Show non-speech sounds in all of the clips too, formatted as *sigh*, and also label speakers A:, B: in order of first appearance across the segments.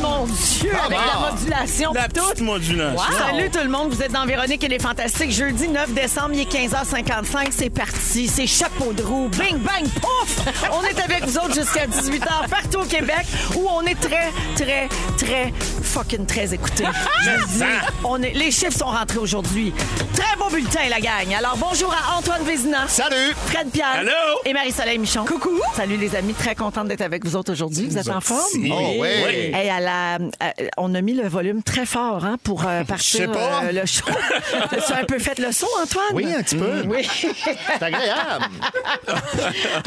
A: Mon Dieu, avec la modulation.
B: La petite hein. modulation.
A: Salut tout le monde, vous êtes dans Véronique et les Fantastiques. Jeudi 9 décembre, il est 15h55, c'est parti, c'est chapeau de roue, bing bang, pouf! On est avec vous autres jusqu'à 18h partout au Québec où on est très, très, très fucking
B: *laughs*
A: très écoutés. Je dis,
B: Hein?
A: on est, les chiffres sont rentrés aujourd'hui. Très beau bulletin, la gang. Alors bonjour à Antoine Vézina.
B: Salut.
A: Fred Pierre.
B: Allô?
A: Et Marie-Soleil Michon. Coucou. Salut les amis, très contente d'être avec vous autres aujourd'hui. Vous êtes en forme?
B: Oh, oui.
A: Hey, à la- à- on a mis le volume très fort hein, pour
B: *laughs*
A: euh, partir
B: sais pas.
A: euh, le show. *laughs* tu as un peu fait le saut, Antoine?
B: Oui, un petit peu.
A: Oui.
B: C'est agréable.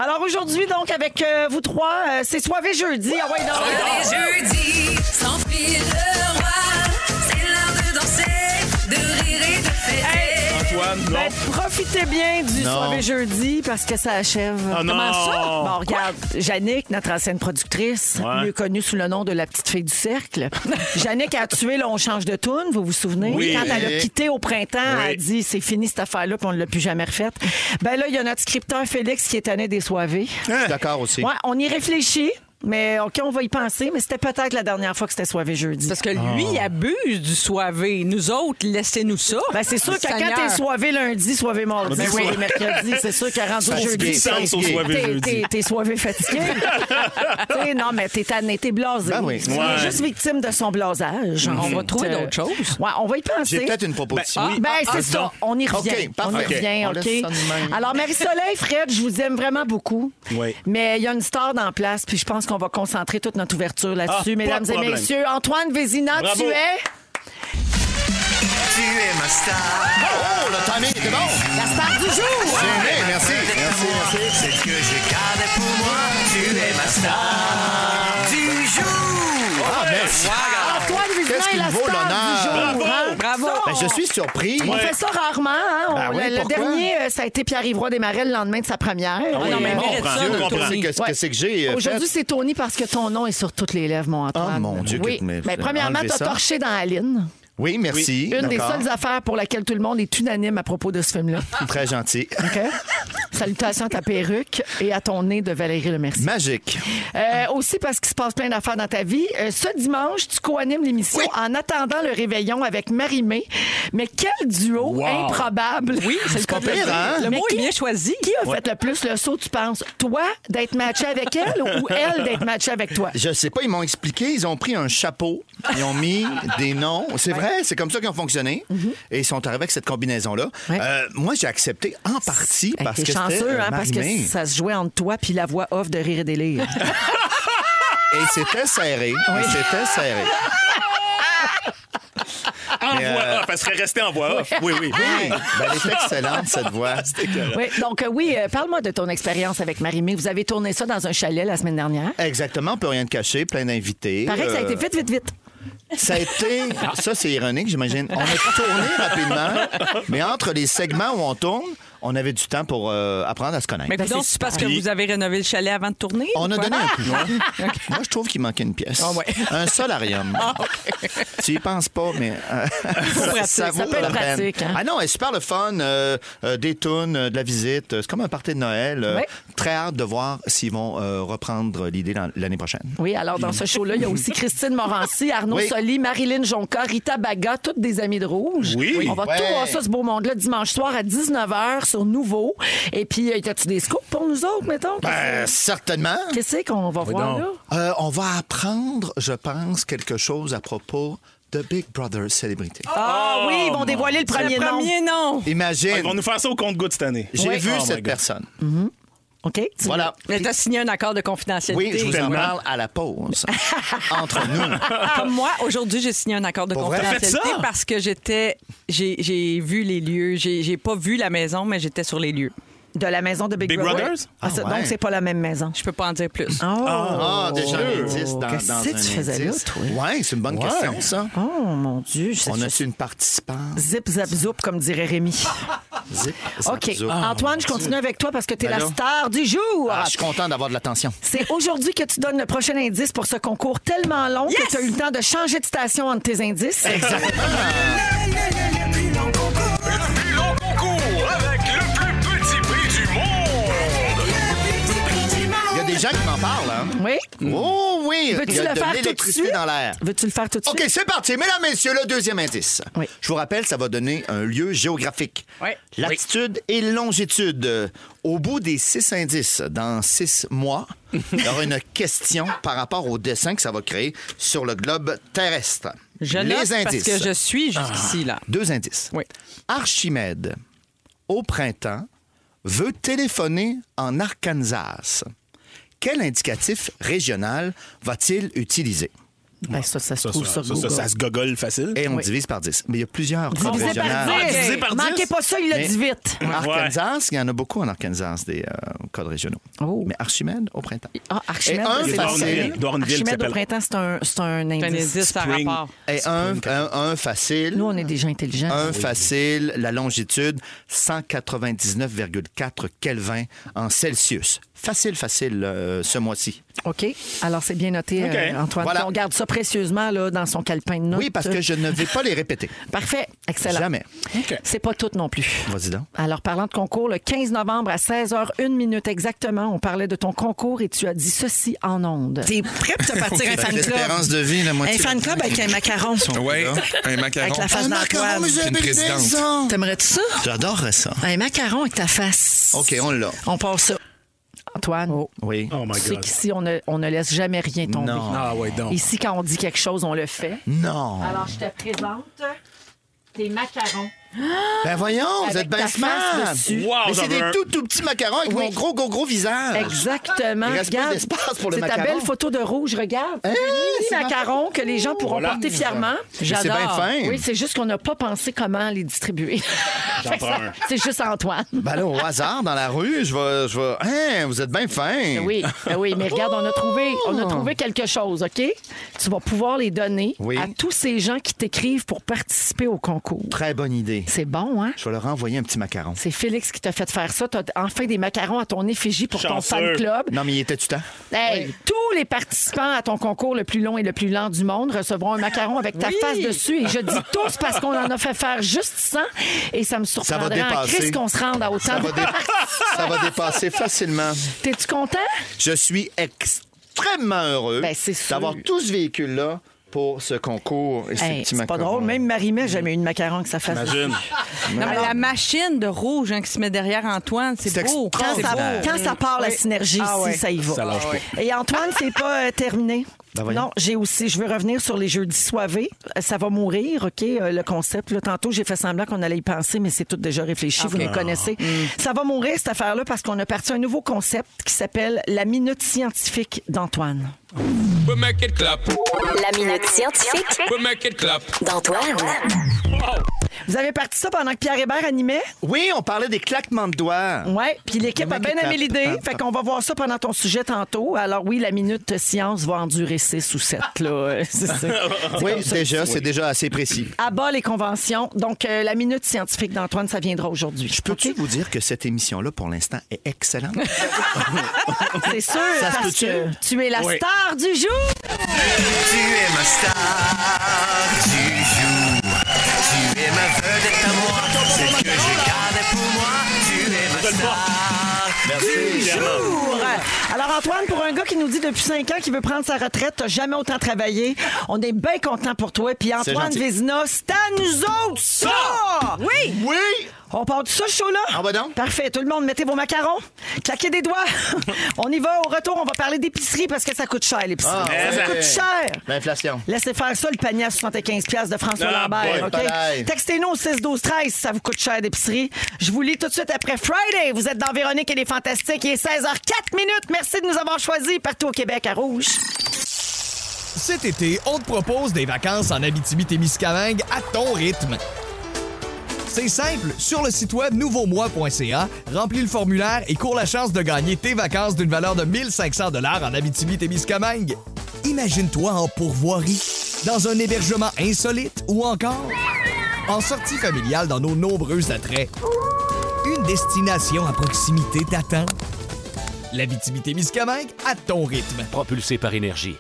A: Alors aujourd'hui, donc, avec euh, vous trois, euh, c'est soirée jeudi. Ah ouais, non, non.
C: Jeudi, sans fil le roi, c'est l'heure de danser, de rire et de fêter.
B: Antoine, non.
A: Ben, profitez bien du
B: Non.
A: soirée jeudi parce que ça achève.
B: Ah non.
A: Comment ça? Bon, regarde, Jannick, notre ancienne productrice,
B: Ouais.
A: mieux connue sous le nom de la petite fille
B: *laughs*
A: du cercle. Jannick a tué l'on change de tune, vous vous souvenez?
B: Oui.
A: Quand elle a quitté au printemps, elle a
B: Oui.
A: dit c'est fini cette affaire-là puis on ne l'a plus jamais refaite. Ben là, il y a notre scripteur Félix qui est tanné des soirées.
B: Je suis d'accord aussi.
A: Ouais, on y réfléchit. Mais OK, on va y penser, mais c'était peut-être la dernière fois que c'était soirée jeudi.
D: Parce que lui, il abuse du soivé. Nous autres, laissez-nous ça.
A: Ben, c'est sûr que quand
D: Seigneur.
A: t'es soivé lundi, soivé mardi,
B: Ben oui.
A: soivé mercredi, c'est sûr qu'à rendu
B: Fatigué,
A: jeudi,
B: sans son
A: t'es-
B: soivé
A: t'es-
B: jeudi.
A: t'es- t'es soivé fatigué. T'sais, non, mais t'es tanné, t'es blasé.
B: Ben oui.
A: Il est
B: Ouais.
A: juste victime de son blasage.
D: On va
A: Fait,
D: trouver
A: euh,
D: d'autres choses.
A: Ouais, on va y penser.
B: J'ai peut-être une proposition.
A: Ben, c'est
B: ah,
A: ça.
B: non.
A: On y
B: OK,
A: revient. on y
B: parfait.
A: revient,
B: On
A: OK.
B: laisse ça de même.
A: Alors, Marie-Soleil, Fred, je vous aime vraiment beaucoup.
B: Oui.
A: Mais il y a une star dans la place, puis je pense qu'on va concentrer toute notre ouverture
B: Ah, pas
A: là-dessus.
B: de
A: Mesdames et
B: problème.
A: messieurs, Antoine Vézina,
B: Bravo.
A: tu es...
E: Tu es ma star.
B: Oh, oh, le timing était bon.
A: La star du jour!
B: J'ai aimé, merci. Merci, merci.
E: Celle que je gardais pour moi, tu es ma star du jour.
B: Ah, merci.
A: Antoine Vézina
B: Qu'est-ce
A: est
B: qu'il
A: la
B: vaut
A: star
B: l'honneur?
A: du jour. hein?
D: Bravo!
A: Ça,
B: Ben, je suis surpris.
A: On fait ça rarement. hein. On-
B: Ben oui,
A: le, le
B: pourquoi?
A: dernier, euh, ça a été Pierre-Yves Roy Desmarais le lendemain de sa première.
B: Ah oui,
A: Et,
D: non, mais
A: euh,
D: il
B: mon
D: mérite ça,
B: Dieu,
D: le
B: qu'est-ce que-
D: Tony.
B: Qu'est-ce que c'est que j'ai euh,
A: Aujourd'hui,
B: fait?
A: c'est Tony parce que ton nom est sur toutes les lèvres, mon Antoine.
B: Ah, mon Dieu,
A: oui.
B: que- mais-
A: Ben, premièrement,
B: enlevez
A: t'as
B: ça.
A: torché dans Aline.
B: Oui, merci.
A: Une des
B: D'accord.
A: seules affaires pour laquelle tout le monde est unanime à propos de ce film-là.
B: Très gentil.
A: OK?
B: *laughs*
A: Salutations à ta perruque et à ton nez de Valérie Lemercier.
B: Magique.
A: Euh, aussi parce qu'il se passe plein d'affaires dans ta vie. Euh, ce dimanche, tu co-animes l'émission en attendant le réveillon avec Marie-Mé. Mais quel duo improbable! Oui, c'est le cas de le
B: pire,
A: dire.
B: hein?
D: Le
A: Mais
D: mot est
A: qui-
D: bien choisi.
A: Qui a fait le plus le saut, tu penses? Toi, d'être matché avec elle ou elle d'être matchée avec toi?
B: Je sais pas, ils m'ont expliqué, ils ont pris un chapeau, ils ont mis des noms. C'est vrai, c'est comme ça qu'ils ont fonctionné. Et ils sont arrivés avec cette combinaison-là.
A: Ouais.
B: Euh, moi, j'ai accepté en partie
A: Hey,
B: parce
A: t'es
B: que c'était
A: chanceux,
B: euh,
A: hein, parce que
B: Marie-Mé.
A: ça se jouait entre toi puis la voix off de Rire et Délire.
B: Et c'était serré. Et c'était serré.
F: En
B: Mais,
F: voix
B: euh,
F: off. Elle serait restée en voix off. Oui, oui.
B: Oui, ben, elle est excellente, cette
F: *laughs*
B: voix.
A: *laughs* oui, donc euh, oui, euh, parle-moi de ton expérience avec Marie-Mé. Vous avez tourné ça dans un chalet la semaine dernière.
B: Exactement, on peut rien de cacher, plein d'invités.
A: Pareil que ça a
B: Euh,
A: été vite, vite, vite.
B: Ça a été. Ça, c'est ironique, j'imagine. On a tourné rapidement, mais entre les segments où on tourne, on avait du temps pour euh, apprendre à se connaître.
D: Mais
A: Ben,
D: donc,
A: c'est
D: c'est parce que
B: super.
D: vous avez rénové le chalet avant de tourner?
B: On
D: ou
B: a
D: quoi?
B: donné un coup. Moi, je trouve qu'il manquait une pièce.
D: Ah ouais.
B: *laughs* Un solarium. Tu y penses pas, mais euh, *laughs* ça,
D: pratique, ça
B: vaut
A: peut être
B: la peine.
A: pratique, hein.
B: Ah non, c'est super le fun. euh, euh, des tunes, euh, de la visite. C'est comme un party de Noël. euh,
A: Ouais.
B: Très hâte de voir s'ils vont euh, reprendre l'idée l'an- l'année prochaine.
A: Oui, alors dans ce show-là, il y a aussi Christine Morancy, Arnaud
B: Oui.
A: Soli, Marilyn Jonca, Rita Baga, toutes des amies de rouge.
F: Oui.
A: On va
B: Ouais.
A: tout voir ça, ce beau monde-là, dimanche soir à 19h sur Nouveau. Et puis, euh, as-tu des scoops pour nous autres, mettons?
B: Ben, certainement.
A: Qu'est-ce qu'est-ce qu'on va voir là?
B: Euh, on va apprendre, je pense, quelque chose à propos de Big Brother Célébrité.
A: Ah oui, ils vont dévoiler le premier,
D: Le
A: nom.
D: premier nom.
B: Imagine,
F: Ah, Ils vont nous faire ça au compte-goutte cette année.
B: j'ai vu
F: Oh my
B: cette
F: God.
B: personne.
A: OK? tu-
B: Voilà.
D: Mais t'as signé un accord de
B: Oui,
D: confidentialité.
B: je vous en parle à la
A: *laughs*
B: pause. Entre nous.
D: Comme Ah, moi, aujourd'hui, j'ai signé un accord de
B: Pour vrai?
F: T'as
D: confidentialité
F: fait ça?
D: parce que j'étais. J'ai j'ai vu les lieux. J'ai j'ai pas vu la maison, mais j'étais sur les lieux.
A: De la maison de Big,
F: Big
A: Brother.
F: Brothers?
A: Ah, c'est-
B: Ah ouais.
A: Donc, c'est pas la même maison.
D: Je peux pas en dire plus.
A: Oh!
B: Ah, déjà un indice dans, dans
A: Qu'est-ce
B: un
A: que tu faisais là,
B: indice.
A: toi?
B: Ouais, c'est une bonne question, ça.
A: Oh, mon Dieu. je sais-
B: On a
A: je-
B: su une participante.
A: Zip, zap, zoup, comme dirait Rémi.
B: Zip, zap,
A: OK.
B: zoup.
A: Antoine, je continue avec toi parce que tu es
B: Ben
A: la
B: là.
A: star du jour.
B: Ah, je suis content d'avoir de l'attention.
A: C'est aujourd'hui que tu donnes le prochain indice pour ce concours tellement long que tu as eu le temps de changer de station entre tes indices.
E: Le plus long concours. Le plus long concours avec le plus petit prix du monde.
B: Il y a des gens qui m'en parlent, hein?
A: Oui?
B: Oh oui!
A: Veux-tu
B: Il y a
A: le
B: de
A: faire tout de
B: l'électricité
A: suite?
B: dans l'air.
A: Veux-tu le faire tout de
B: OK,
A: suite?
B: c'est parti. Mesdames, messieurs, le deuxième indice.
A: Oui.
B: Je vous rappelle, ça va donner un lieu géographique.
D: Oui.
B: Latitude et longitude. Euh, Au bout des six indices, dans six mois, il y aura
D: *laughs*
B: une question par rapport au dessin que ça va créer sur le globe terrestre.
D: Je
B: Les
D: note
B: indices.
D: parce que je suis
A: Ah.
D: jusqu'ici, là.
B: Deux indices.
D: Oui.
B: Archimède, au printemps, veut téléphoner en Arkansas. Quel indicatif régional va-t-il utiliser?
A: Ben, ça, ça se
F: Ça,
A: trouve
F: ça, ça,
A: sur
F: ça,
A: Google.
F: ça se gogole facile.
B: Et on divise par 10. Mais il y a plusieurs codes
A: Divisé par
B: régionales.
F: Ah,
A: dix.
F: divisé par dix?
A: Manquez pas ça, il l'a
B: Mais-
A: dit vite.
B: Arkansas, il y en a beaucoup en Arkansas, des euh, codes régionaux.
A: Oh.
B: Mais Archimède, au printemps.
A: Ah, Archimède,
B: Et un
A: c'est
B: facile.
A: facile.
F: Il doit avoir une ville qui
A: Archimède au
F: s'appelle-
A: printemps, c'est un, c'est
D: C'est
A: un
D: un
A: indice.
D: indice par
F: Spring.
D: rapport.
B: Et un, un, un facile.
A: Nous, on est des gens intelligents.
B: Un facile, la longitude, 199,4 Kelvin en Celsius. Facile, facile, euh, ce mois-ci.
A: OK. Alors, c'est bien noté,
F: OK.
A: euh, Antoine.
B: Voilà.
A: Puis On garde ça précieusement là, dans son calepin de notes.
B: Oui, parce que je ne vais pas les
A: *laughs*
B: répéter.
A: Parfait. Excellent.
B: Jamais.
A: C'est pas tout non plus.
B: Vas-y donc.
A: Alors, parlant de concours, le 15 novembre à 16h01 minute exactement, on parlait de ton concours et tu as dit ceci en ondes.
G: T'es prêt
B: *laughs*
G: pour te partir un fan club?
B: L'espérance de vie, la moitié.
G: Un fan club avec un
B: *laughs*
G: macaron.
H: Oui,
F: hein?
H: un macaron.
G: Avec la face
B: Un macaron,
G: d'Antoine.
B: mais j'ai
H: Une présidente.
B: raison.
G: T'aimerais-tu ça?
B: J'adorerais ça.
G: Un macaron avec ta face.
B: OK, on l'a.
G: On part ça.
A: Antoine,
B: Oui.
F: Oh my
A: tu sais
F: God.
A: qu'ici, on ne, on ne laisse jamais rien tomber.
B: Non.
F: Ah ouais, donc.
A: Ici, quand on dit quelque chose, on le fait.
B: Non.
A: Alors, je te présente tes macarons.
B: Ben voyons, vous
A: Avec
B: êtes bien
A: ta face
B: smart.
A: dessus.
F: Wow,
B: Mais
F: j'en
B: c'est
F: veux
B: des
F: un.
B: tout, tout petits macarons avec mon gros, gros, gros visage.
A: Exactement.
B: Il reste plus
A: Regarde,
B: d'espace pour le
A: c'est ta
B: macaron.
A: belle photo de rouge, regarde. C'est
B: c'est
A: un
B: ma
A: mini macaron que les gens pourront porter fièrement.
B: C'est bien fin.
A: Oui, c'est juste qu'on n'a pas pensé comment les distribuer. *laughs*
F: J'en prends un.
A: c'est juste Antoine.
B: Ben là, au hasard, dans la rue, je vais... Je vais... Hein, vous êtes bien fin.
A: Oui, ben oui, mais regarde, on a trouvé, on a trouvé quelque chose, OK? Tu vas pouvoir les donner
B: Oui.
A: à tous ces gens qui t'écrivent pour participer au concours.
B: Très bonne idée.
A: C'est bon, hein?
B: Je vais leur envoyer un petit macaron.
A: C'est Félix qui t'a fait faire ça. T'as enfin des macarons à ton effigie pour ton
F: Chanceux.
A: fan club.
B: Non, mais il était du temps.
A: Hey, Tous les participants à ton concours le plus long et le plus lent du monde recevront un macaron avec ta face dessus. Et je dis tous parce qu'on en a fait faire juste 100. Et ça me surprendrait en
B: dépasser.
A: crise qu'on se rende à
B: Ça
A: autant.
B: va, dé- ça va dépasser facilement.
A: *laughs* T'es-tu content?
B: Je suis extrêmement heureux
A: Ben, c'est sûr.
B: d'avoir tout ce véhicule-là pour ce concours et ces
A: Hey,
B: petits
A: c'est pas
B: macarons.
A: drôle. Même Marie-Mé, j'ai jamais eu de macaron avec sa face dessus.
F: Imagine.
D: Non, mais la machine de rouge hein, qui se met derrière Antoine,
B: C'est
D: c'est beau.
A: Quand
D: C'est
A: ça,
D: beau.
A: quand ça part, la synergie
D: Ah
A: ici,
D: ouais.
A: ça y va.
F: Ça lâche
A: Et Antoine, c'est pas euh, terminé.
B: Ben voyons.
A: non, j'ai aussi, je veux revenir sur les jeudis soivés. Euh, Ça va mourir, OK, euh, le concept. Là, tantôt, j'ai fait semblant qu'on allait y penser, mais c'est tout déjà
D: Ah
A: réfléchi, vous nous connaissez.
D: Mm.
A: Ça va mourir, cette affaire-là, parce qu'on a parti un nouveau concept qui s'appelle la minute scientifique d'Antoine.
H: We'll make it clap.
I: La minute scientifique
H: We'll make it clap.
I: d'Antoine.
A: Vous avez parti ça pendant que Pierre Hébert animait?
B: Oui, on parlait des claquements de doigts.
A: Ouais, puis l'équipe
B: Comment
A: a bien
B: qu'il
A: aimé
B: tape?
A: l'idée. Fait qu'on va voir ça pendant ton sujet tantôt. Alors oui, la minute science va endurer 6 ou 7. Là. C'est ça. C'est
B: Oui,
A: comme ça.
B: déjà, c'est déjà assez précis.
A: À bas les conventions. Donc, euh, la minute scientifique d'Antoine, ça viendra aujourd'hui.
B: Je peux-tu vous dire que cette émission-là, pour l'instant, est excellente?
A: C'est sûr,
B: Ça se
A: parce
B: peut-tu?
A: que tu es la
B: Oui.
A: star du jour.
E: Tu es ma star du jour. Tu es ma vedette à moi. Celle que je gardais pour moi. Tu es ma star du jour.
A: Bonjour. Alors Antoine, pour un gars qui nous dit depuis 5 ans qu'il veut prendre sa retraite, t'as jamais autant travaillé. On est bien content pour toi. Puis
B: C'est
A: Antoine
B: gentil.
A: Vézina, c'est à nous autres ça! Oui!
B: Oui!
A: On part de ça, le show-là?
B: Ah bah donc.
A: Parfait. Tout le monde, mettez vos macarons, claquez des doigts. *laughs* on y va. Au retour, on va parler d'épicerie parce que ça coûte cher, l'épicerie.
B: Ah,
A: ça
B: ouais. Ben,
A: coûte cher.
B: L'inflation.
A: Laissez faire ça, le panier à 75 pièces de François
F: Ah,
A: Lambert.
F: boy,
A: OK?
B: pareil.
A: Textez-nous au 6 12 13 si ça vous coûte cher d'épicerie. Je vous lis tout de suite après Friday. Vous êtes dans Véronique et les Fantastiques. Il est 16h04 minutes. Merci de nous avoir choisis partout au Québec à Rouge. *laughs*
J: Cet été, on te propose des vacances en Abitibi-Témiscamingue à ton rythme. C'est simple, sur le site web nouveaumois.ca, remplis le formulaire et cours la chance de gagner tes vacances d'une valeur de 1500 dollars en Abitibi-Témiscamingue. Imagine-toi en pourvoirie, dans un hébergement insolite ou encore en sortie familiale dans nos nombreux attraits. Une destination à proximité t'attend. L'Abitibi-Témiscamingue à ton rythme.
K: Propulsé par énergie.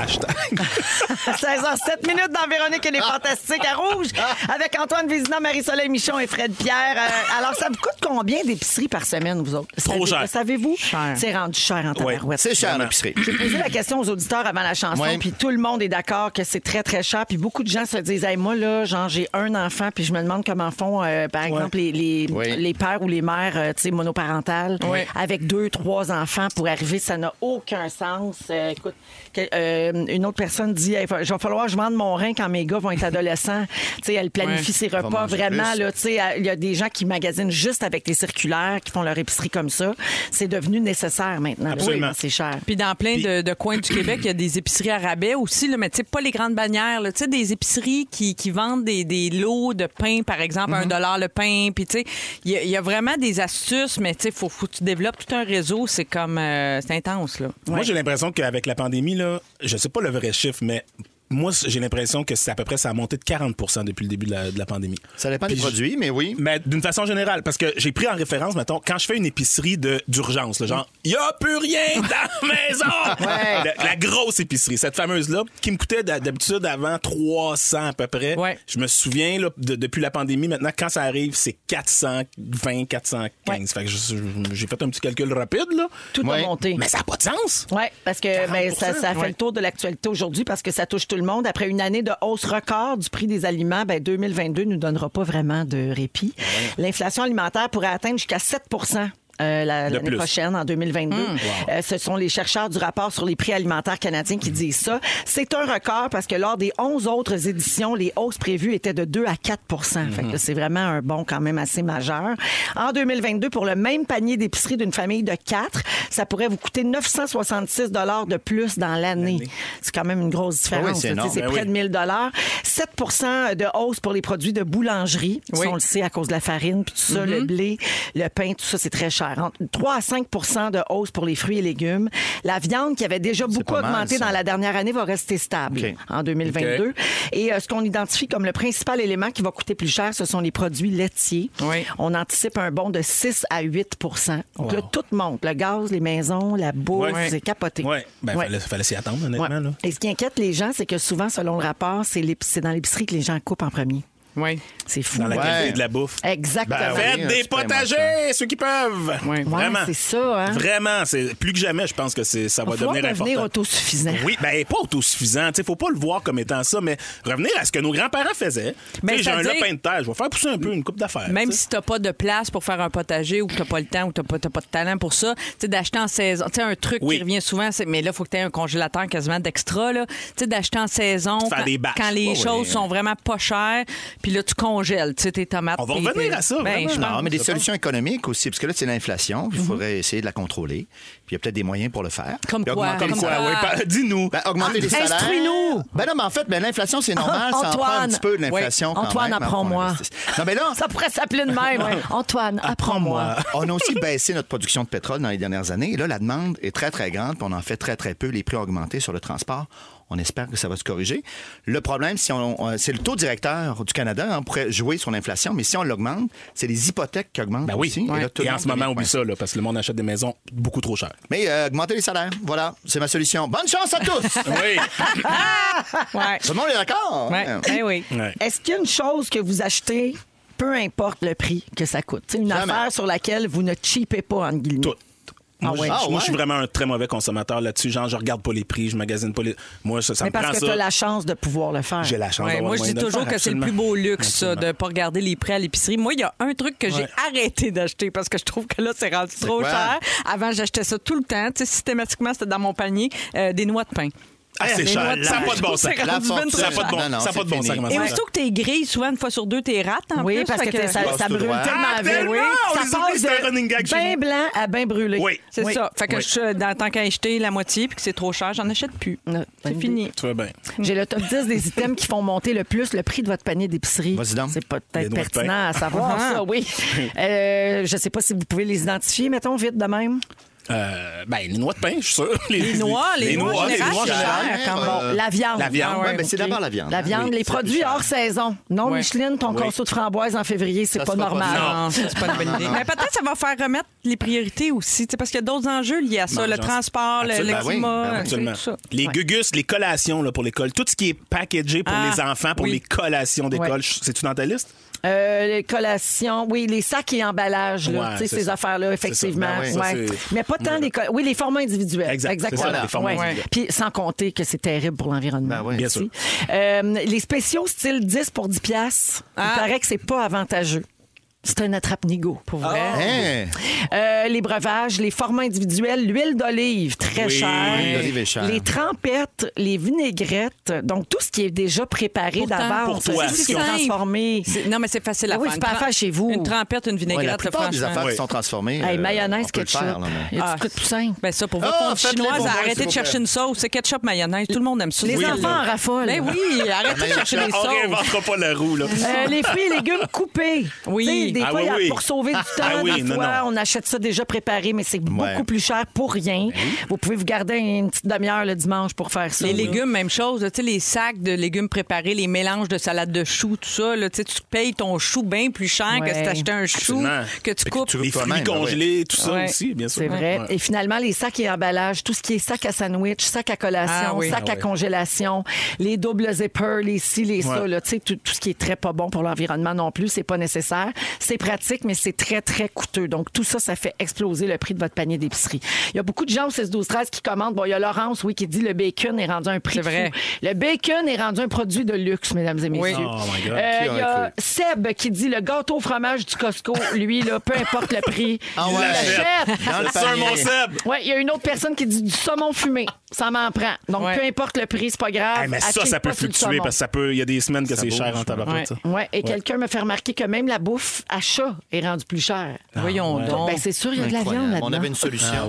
A: 16h07 minutes dans Véronique et les Fantastiques à Rouge avec Antoine Vézina, Marie-Soleil Michon et Fred Pierre. Euh, alors, ça vous coûte combien d'épicerie par semaine, vous autres?
F: Trop
A: Savez-
F: cher.
A: Savez-vous?
D: Cher.
A: C'est rendu cher en tabarouette.
B: C'est cher, l'épicerie.
A: J'ai posé la question aux auditeurs avant la chanson,
B: Ouais.
A: puis tout le monde est d'accord que c'est très, très cher. Puis beaucoup de gens se disent, Hey, moi, là, genre, j'ai un enfant, puis je me demande comment font, euh, par exemple, les, les,
B: Oui.
A: les pères ou les mères, euh, tu sais, monoparentales, avec deux, trois enfants pour arriver. Ça n'a aucun sens. Euh, écoute, que- euh, une autre personne dit, Hey, va- je vais falloir que je vende mon rein quand mes gars vont être adolescents. *laughs* tu sais, elle planifie ses repas
B: manger
A: vraiment,
B: plus.
A: là, tu sais, il y a des gens qui magasinent juste avec les circulaires, qui font leur épicerie comme ça. C'est devenu nécessaire maintenant.
F: Absolument.
A: Oui, C'est cher.
D: Puis dans plein de, de coins du Québec, il y a des épiceries à rabais aussi, là, mais tu sais, pas les grandes bannières. là. Tu sais, des épiceries qui, qui vendent des, des lots de pain, par exemple, à
A: Mhm.
D: un dollar le pain. Puis tu sais, il y, a- il y a vraiment des astuces, mais tu sais, faut, faut que tu développes tout un réseau. C'est comme... euh, c'est intense, là.
F: Moi, j'ai l'impression qu'avec la pandémie, là, je sais pas le vrai chiffre, mais moi, c- j'ai l'impression que c'est à peu près, ça a monté de 40 depuis le début de la, de la pandémie.
B: Ça dépend des
F: Puis je-
B: produits, mais oui.
F: Mais d'une façon générale, parce que j'ai pris en référence, mettons, quand je fais une épicerie de- d'urgence, le genre, il n'y a plus rien
B: *laughs*
F: dans la maison! La, la grosse épicerie, cette fameuse-là, qui me coûtait d'ha- d'habitude avant 300 à peu près.
D: Ouais.
F: Je me souviens, là, de- depuis la pandémie, maintenant, quand ça arrive, c'est 420, 415. Fait que je- je- j'ai fait un petit calcul rapide, là.
A: Tout a
B: Ouais.
A: monté.
F: Mais ça n'a pas de sens!
A: Oui, parce que ben, ça, ça fait
F: ouais.
A: le tour de l'actualité aujourd'hui parce que ça touche tout le monde. Après une année de hausse record du prix des aliments, ben, 2022 nous donnera pas vraiment de répit. L'inflation alimentaire pourrait atteindre jusqu'à 7 euh, la-
F: De
A: l'année
F: plus.
A: prochaine, en 2022.
B: Hmm.
A: Euh, ce sont les chercheurs du rapport sur les prix alimentaires canadiens qui disent ça. C'est un record parce que lors des 11 autres éditions, les hausses prévues étaient de 2 à 4 Fait
B: Hmm.
A: que C'est vraiment un bond quand même assez majeur. En 2022, pour le même panier d'épicerie d'une famille de 4, ça pourrait vous coûter 966 de plus dans l'année. C'est quand même une grosse différence.
B: Ah oui, c'est
A: là, tu sais,
B: énorme.
A: c'est
F: Ben
A: près
F: oui.
A: de 1000 7 de hausse pour les produits de boulangerie. Ça,
D: Oui.
A: on le sait à cause de la farine, puis tout ça, le blé, le pain, tout ça, c'est très cher. Entre 3 à 5 de hausse pour les fruits et légumes. La viande, qui avait déjà beaucoup
B: pas mal,
A: augmenté
B: ça.
A: dans la dernière année, va rester stable
B: OK.
A: en 2022. Et euh, ce qu'on identifie comme le principal élément qui va coûter plus cher, ce sont les produits laitiers.
D: Oui.
A: On anticipe un bond de 6 à 8 Donc là, tout monte. Le gaz, les maisons, la bourse,
F: Ouais.
A: c'est capoté.
F: Ouais. Ben,
A: Ouais.
F: fallait, fallait s'y attendre, honnêtement,
A: Ouais.
F: là.
A: Et ce qui inquiète les gens, c'est que souvent, selon le rapport, c'est l'épi- c'est dans l'épicerie que les gens coupent en premier.
D: Oui.
A: C'est fou.
F: Dans la
A: hein?
F: qualité de la bouffe.
A: Exactement.
B: Ben oui.
F: Faites
B: hein,
F: des
B: tu peux aimer
F: potagers, ceux qui peuvent.
D: Ouais,
F: Vraiment.
A: c'est ça, hein.
F: Vraiment, c'est plus que jamais, je pense que c'est ça va
A: Il va
F: devenir
A: devenir
F: important.
A: autosuffisant.
F: Oui, ben pas autosuffisant, tu sais, faut pas le voir comme étant ça, mais revenir à ce que nos grands-parents faisaient. Tu
D: Ben,
F: sais, j'ai un
D: c'est-à-dire-
F: lopin de terre, je vais faire pousser un peu une coupe d'affaires.
D: Même
F: tu sais.
D: si t'as pas de place pour faire un potager ou que t'as pas le temps ou que t'as pas, t'as pas de talent pour ça, tu sais, d'acheter en saison. Tu sais, un truc
F: Oui.
D: qui revient souvent, c'est, mais là, faut que t'aies un congélateur quasiment d'extra, là. Tu sais, d'acheter en saison.
F: Faire
D: quand,
F: des batchs.
D: quand les
F: Ouais,
D: choses
F: ouais.
D: sont vraiment pas chères. puis là, tu congèles, tu sais, tes tomates.
F: On va
D: tes-
F: revenir à ça,
D: Ben,
F: vraiment.
D: je pense.
B: *clears throat* Non, mais des solutions économiques aussi, parce que là, c'est l'inflation. puis Il faudrait essayer de la contrôler. Puis il y a peut-être des moyens pour le faire.
D: Comme
B: Puis
D: quoi,
B: augmenter
D: comme
B: les
D: quoi.
B: salaires.
F: ouais, par- dis-nous.
B: Ben, augmenter les salaires.
A: Instruis-nous.
B: Ben non, mais en fait, ben, l'inflation, c'est normal. ça en prend un
D: Antoine.
B: petit peu de l'inflation.
D: Oui.
B: quand
D: Antoine,
B: même, avant qu'on
D: apprends-moi.
B: investisse. Non, mais là,
A: Ça pourrait s'appeler de même. Antoine, apprends-moi.
B: on a aussi baissé notre production de pétrole dans les dernières années. Et là, la demande est très, très grande, puis on en fait très, très peu. Les prix ont augmenté sur le transport. On espère que ça va se corriger. Le problème, si on, on- c'est le taux directeur du Canada. hein, On pourrait jouer sur l'inflation, mais si on l'augmente, c'est les hypothèques qui augmentent
F: Ben oui.
B: aussi. là, tout
F: Et
B: le
F: en
B: monde
F: ce moment,
B: devient
F: on oublie
B: coincé.
F: ça, là, parce que le monde achète des maisons beaucoup trop
A: *laughs*
F: chères.
B: Mais euh, augmenter les salaires, voilà, c'est ma solution. Bonne chance
F: *laughs*
B: à tous!
F: Oui.
D: Ouais.
B: tout le monde est d'accord?
D: Ouais.
B: hein?
D: Eh oui.
F: Ouais. Ben
A: Est-ce qu'il y a une chose que vous achetez, peu importe le prix que ça coûte? C'est une
B: Jamais.
A: affaire sur laquelle vous ne cheapez pas, en guillemets.
F: Tout. Moi,
A: Ah ouais.
F: je,
B: Ah
F: moi, je suis
B: ouais?
F: vraiment un très mauvais consommateur là-dessus. Genre, je regarde pas les prix, je magasine pas les. Moi, ça, ça
A: Mais
F: me prend
A: parce que tu
F: ça.
A: as la chance de pouvoir le faire.
F: J'ai la chance.
D: Ouais,
F: d'avoir le
D: moi, je
F: moyen
D: dis
F: de le
D: toujours
F: faire,
D: que c'est le plus
F: absolument.
D: beau luxe, ça, de
F: Absolument.
D: ne pas regarder les prix à l'épicerie. Moi, il y a un truc que j'ai
F: Ouais.
D: arrêté d'acheter parce que je trouve que là, c'est rendu trop
B: quoi?
D: cher. Avant, j'achetais ça tout le temps. Tu sais, systématiquement, c'était dans mon panier, euh, des noix de pain.
F: Ah, c'est
D: Des noix
F: cher.
D: de
F: Ça n'a
D: pain.
F: pas de bon sens.
D: *laughs* C'est rendu bien trop
F: Ça n'a pas de bon
B: Non, non,
F: sens. Ça n'a pas de bon
B: c'est
F: sens. comment
B: fini.
D: Et
F: ça.
D: aussitôt que t'es gris, souvent, une fois sur deux, t'es rate. En
A: Oui,
D: plus,
A: parce
D: fait
A: que, ça,
B: Passe
A: ça
B: tout
A: brûle
B: droit.
A: tellement
F: Ah,
A: bien.
F: tellement!
A: Oui.
F: On
A: Ça
F: les oublie,
A: passe
F: c'est un running
A: de
F: gag chez
A: bien
F: nous.
A: blanc à bien brûlé.
F: Oui.
D: C'est
A: Oui.
D: ça. Fait que
F: Oui.
D: je, dans le temps qu'à acheter la moitié puis que c'est trop cher, j'en achète plus.
A: Non, bonne
D: C'est
A: idée.
D: fini.
F: Tu vois bien.
A: *laughs* J'ai le top 10 des items qui font monter le plus le prix de votre panier d'épicerie.
B: Vas-y donc.
A: C'est
F: Les
A: peut-être
F: noix de
A: pertinent
F: pain.
A: à savoir
D: Ah.
A: ça, oui. Euh, je sais pas si vous pouvez les identifier, mettons, vite de même.
F: Euh, ben, les noix de pain, je suis sûr.
D: Les noix, les noix, en
F: les
D: général,
F: noix,
D: c'est
F: en général.
D: cher quand même.
A: Bon, la viande.
F: la viande.
B: Ouais,
D: Ah ouais,
B: ben, c'est
D: ok.
B: d'abord la viande.
A: La
B: hein.
A: viande,
F: oui,
A: les
F: ça, c'est
A: produits
F: cher.
A: hors saison. Non,
D: Ouais.
A: Micheline, ton
F: Oui.
A: conso de framboise en février, c'est
B: Ça,
A: pas
B: c'est pas
A: normal.
B: possible.
D: Ah Non, ça, c'est pas une bonne idée. Mais peut-être ça va faire remettre les priorités aussi, tu sais, parce qu'il y a d'autres enjeux liés à ça,
F: Non,
D: le
F: j'en-
D: transport, le,
F: Absolument.
D: le
F: Ben oui,
D: climat,
B: ben oui,
D: tu sais,
F: Absolument.
D: tout ça.
F: Les gugus, les collations là, pour l'école, tout ce qui est packagé pour
D: Ah,
F: les enfants, pour
D: oui.
F: les collations d'école,
A: Ouais.
F: je- c'est-tu dans ta liste?
A: Euh, les collations, oui, les sacs et emballages, là,
F: Ouais,
A: tu sais,
F: c'est
A: ces
F: ça.
A: affaires-là,
F: C'est ça.
A: effectivement.
F: Ben oui, ça,
A: ouais.
F: c'est-
A: Mais pas tant les coll- Oui, les formats individuels.
F: Exact, c'est
A: Exactement.
F: ça, les formats
A: Ouais.
F: individuels.
A: Puis sans compter que c'est terrible pour
B: Ben
A: l'environnement.
B: oui.
F: Bien
A: aussi. Euh, les spéciaux style 10 pour 10 piastres,
D: Ah.
A: il paraît que c'est pas avantageux. C'est un attrape-nigo, pour vrai.
D: Ah.
B: Hein?
A: Euh, les breuvages, les formats individuels, l'huile d'olive, très
F: Oui,
A: chère.
B: l'huile d'olive est chère.
A: Les trempettes, les vinaigrettes, donc tout ce qui est déjà préparé
D: Pourtant,
A: d'avance,
F: pour toi,
A: ce
F: c'est
A: qui est
D: simple.
A: transformé.
D: C'est- Non, mais c'est facile à
A: Oui,
D: faire.
A: c'est pas
D: Une
A: à
D: tra-
A: faire chez vous.
D: Une trempette, une
B: Ouais, la
D: vinaigrette,
B: plupart des
D: franchement.
B: affaires
F: Ouais.
B: qui sont transformées.
A: Hey,
B: euh,
A: mayonnaise,
B: on peut le
A: ketchup.
B: faire, là, mais-
A: Il y a
D: Ah.
A: tout plus simple.
D: Ben ça, pour votre
B: Ah,
D: fonte
B: faites-les
D: chinoise,
B: pour moi,
D: arrêtez
B: s'il
D: de
B: vous
D: chercher
B: plaît.
D: une sauce. C'est ketchup, mayonnaise. Tout le monde aime ça.
A: Les
D: Oui.
A: enfants en raffolent.
D: Ben oui, arrêtez de chercher des
F: on
D: sauces.
F: réinventera pas la
D: *laughs*
F: roue. Là.
A: Euh, les fruits et légumes coupés.
D: Oui.
A: Tu sais, Des
F: Ah
A: fois,
F: oui,
A: il y a-
F: oui.
A: pour sauver du temps,
F: Ah oui,
A: des
F: non,
A: fois,
F: non.
A: on achète ça déjà préparé, mais c'est
B: Ouais.
A: beaucoup plus cher pour rien.
F: Ben
A: Vous pouvez vous garder une petite demi-heure le dimanche pour faire ça.
D: Les
A: là.
D: légumes, même chose. là, Tu sais, les sacs de légumes préparés, les mélanges de salade de choux, tout ça. là, tu sais, tu payes ton chou bien plus cher
A: Ouais.
D: que si t'achetais un chou
F: Absolument.
D: que tu coupes.
F: les
B: toi-même,
F: fruits
B: ben oui.
F: congelés, tout ça
D: Ouais.
F: aussi, bien sûr.
A: C'est vrai.
F: Ouais.
A: Et finalement, les sacs et emballages, tout ce qui est sac à sandwich, sac à collation,
D: Ah oui.
A: sac
F: Ah
A: à
F: oui.
A: congélation, les doubles zippers, les ci, les ça,
F: Ouais.
A: là, tu sais, tout, tout ce qui est très pas bon pour l'environnement non plus, c'est pas nécessaire. C'est pratique, mais c'est très, très coûteux. Donc, tout ça, ça fait exploser le prix de votre panier d'épicerie. Il y a beaucoup de gens au 16 12 13 qui commandent. Bon, il y a Laurence, oui, qui dit le bacon est rendu un prix.
D: C'est
A: de
D: vrai.
A: fou. Le bacon est rendu un produit de luxe, mesdames et messieurs.
F: Oh my God.
A: Euh,
B: Qui
A: Il
B: aurait
A: y a Seb qui dit le gâteau au fromage du Costco, lui, là, peu importe le prix,
B: Ah
A: il
B: ouais.
A: l'achète.
B: Dans le
F: C'est un
B: panier.
F: mon Seb!
A: Oui, il y a une autre personne qui dit du saumon fumé. Ça m'en prend. Donc,
D: Ouais.
A: peu importe le prix, c'est Ah, pas grave.
F: Hey, mais ça, ça peut fluctuer parce que ça peut. Il y a des semaines que c'est
B: bouge,
F: cher en tabarouette. ça.
A: Oui, et quelqu'un me fait remarquer que même la bouffe à chat est rendue plus chère.
D: Voyons
B: Ah,
F: ouais.
D: donc.
A: Ben, c'est sûr, il y a de la viande
B: Incroyable. On avait
A: là-dedans. Ah.
B: une solution.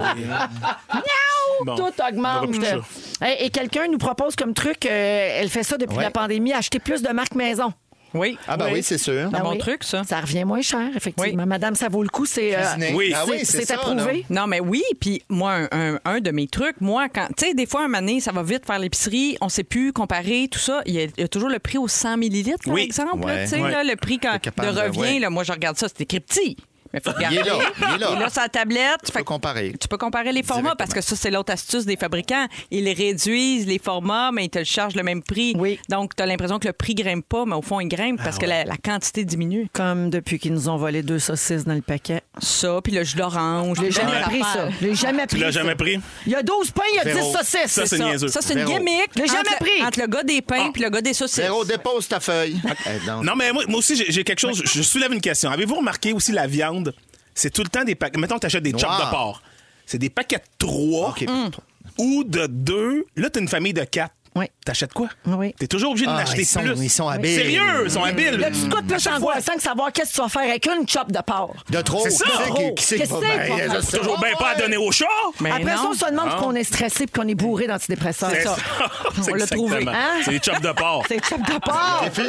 F: Bon.
A: Tout
F: On
A: augmente.
F: aura plus ça.
A: Et, et quelqu'un nous propose comme truc, euh, elle fait ça depuis
B: Ouais.
A: la pandémie, acheter plus de marques maison.
D: Oui.
B: Ah, ben oui, c'est sûr.
D: Un
A: Ah
D: bon
A: oui.
D: truc, ça.
A: Ça revient moins cher, effectivement.
D: Oui.
A: Madame, ça vaut le coup, c'est. euh,
B: Cuisiner.
F: oui.
B: Ah
A: c'est- c'est
B: ça, là.
A: approuvé.
D: Non, mais oui. Puis moi, un, un- un de mes trucs, moi, quand. Tu sais, des fois, un moment donné, ça va vite faire l'épicerie, on sait plus comparer, tout ça. Il y, a- il y a toujours le prix aux 100 millilitres, par
F: Oui.
D: exemple.
B: Ouais.
D: là, Tu sais,
F: Ouais.
D: là, le prix quand,
B: T'es
D: de
B: capable de-
D: revient,
B: ouais.
D: là, moi, je regarde ça, c'est écrit petit. Mais faut
B: Il
D: regarder.
B: est là, il est là.
D: Il est là sur la tablette. Fait
B: Faut
D: que
B: comparer.
D: Tu peux comparer les formats
B: Directement.
D: parce que ça, c'est l'autre astuce des fabricants. Ils réduisent les formats, mais ils te le chargent le même prix.
A: Oui.
D: Donc, tu as l'impression que le prix grimpe pas, mais au fond, il grimpe parce
B: Ah
D: que la, la quantité diminue.
A: Comme depuis qu'ils nous ont volé deux saucisses dans le paquet.
D: Ça, puis le jus d'orange.
B: Ah,
A: Je l'ai
D: puis
A: jamais
D: plein
A: pris, ça.
D: d'affaires.
A: Je l'ai jamais pris.
F: Tu l'as jamais
A: ça.
F: pris?
A: Il y a 12 pains, il y a 10
B: Véro,
A: saucisses.
F: ça, c'est niaiseux.
D: Ça, c'est une
B: Véro.
D: gimmick.
A: L'ai
D: entre
A: jamais
D: le-
A: pris.
D: Entre le gars des pains
B: Ah.
D: puis le gars des saucisses.
B: Véro, dépose ta feuille.
A: Ah.
B: Eh, donc,
F: Non, mais moi, moi aussi, j'ai j'ai quelque chose. Je soulève une question. Avez-vous remarqué aussi la viande? C'est tout le temps des paquets. Mettons, t'achètes des chops
B: Noir.
F: de
A: Mm.
F: porc. C'est des paquets de 3
B: OK.
F: ou de 2. Là, t'as une famille de 4.
A: Oui.
F: T'achètes quoi?
A: Oui. Mmh.
F: T'es toujours obligé de
B: Ah,
F: l'acheter
B: ils sont-
F: plus.
B: ils sont habiles.
F: Sérieux, ils sont habiles.
A: Là, tu te coûtes plus
F: À chaque fois.
A: angoissant que savoir qu'est-ce que tu vas faire avec une chope de porc.
B: De trop.
F: C'est ça.
B: Qui c'est qui-
A: Trop.
B: Qui c'est qui
A: Qu'est-ce
B: va
A: que c'est qu'on
B: bien? là,
A: va faire?
B: ça?
F: Toujours bien pas à donner au chat.
D: Mais
A: Après
D: non.
A: ça, on se demande qu'on est stressé et qu'on est bourré d'antidépresseurs.
F: C'est ça.
D: On l'a trouvé,
F: exactement.
A: hein?
F: C'est des chops de porc.
A: C'est chope de
F: Ah,
A: porc.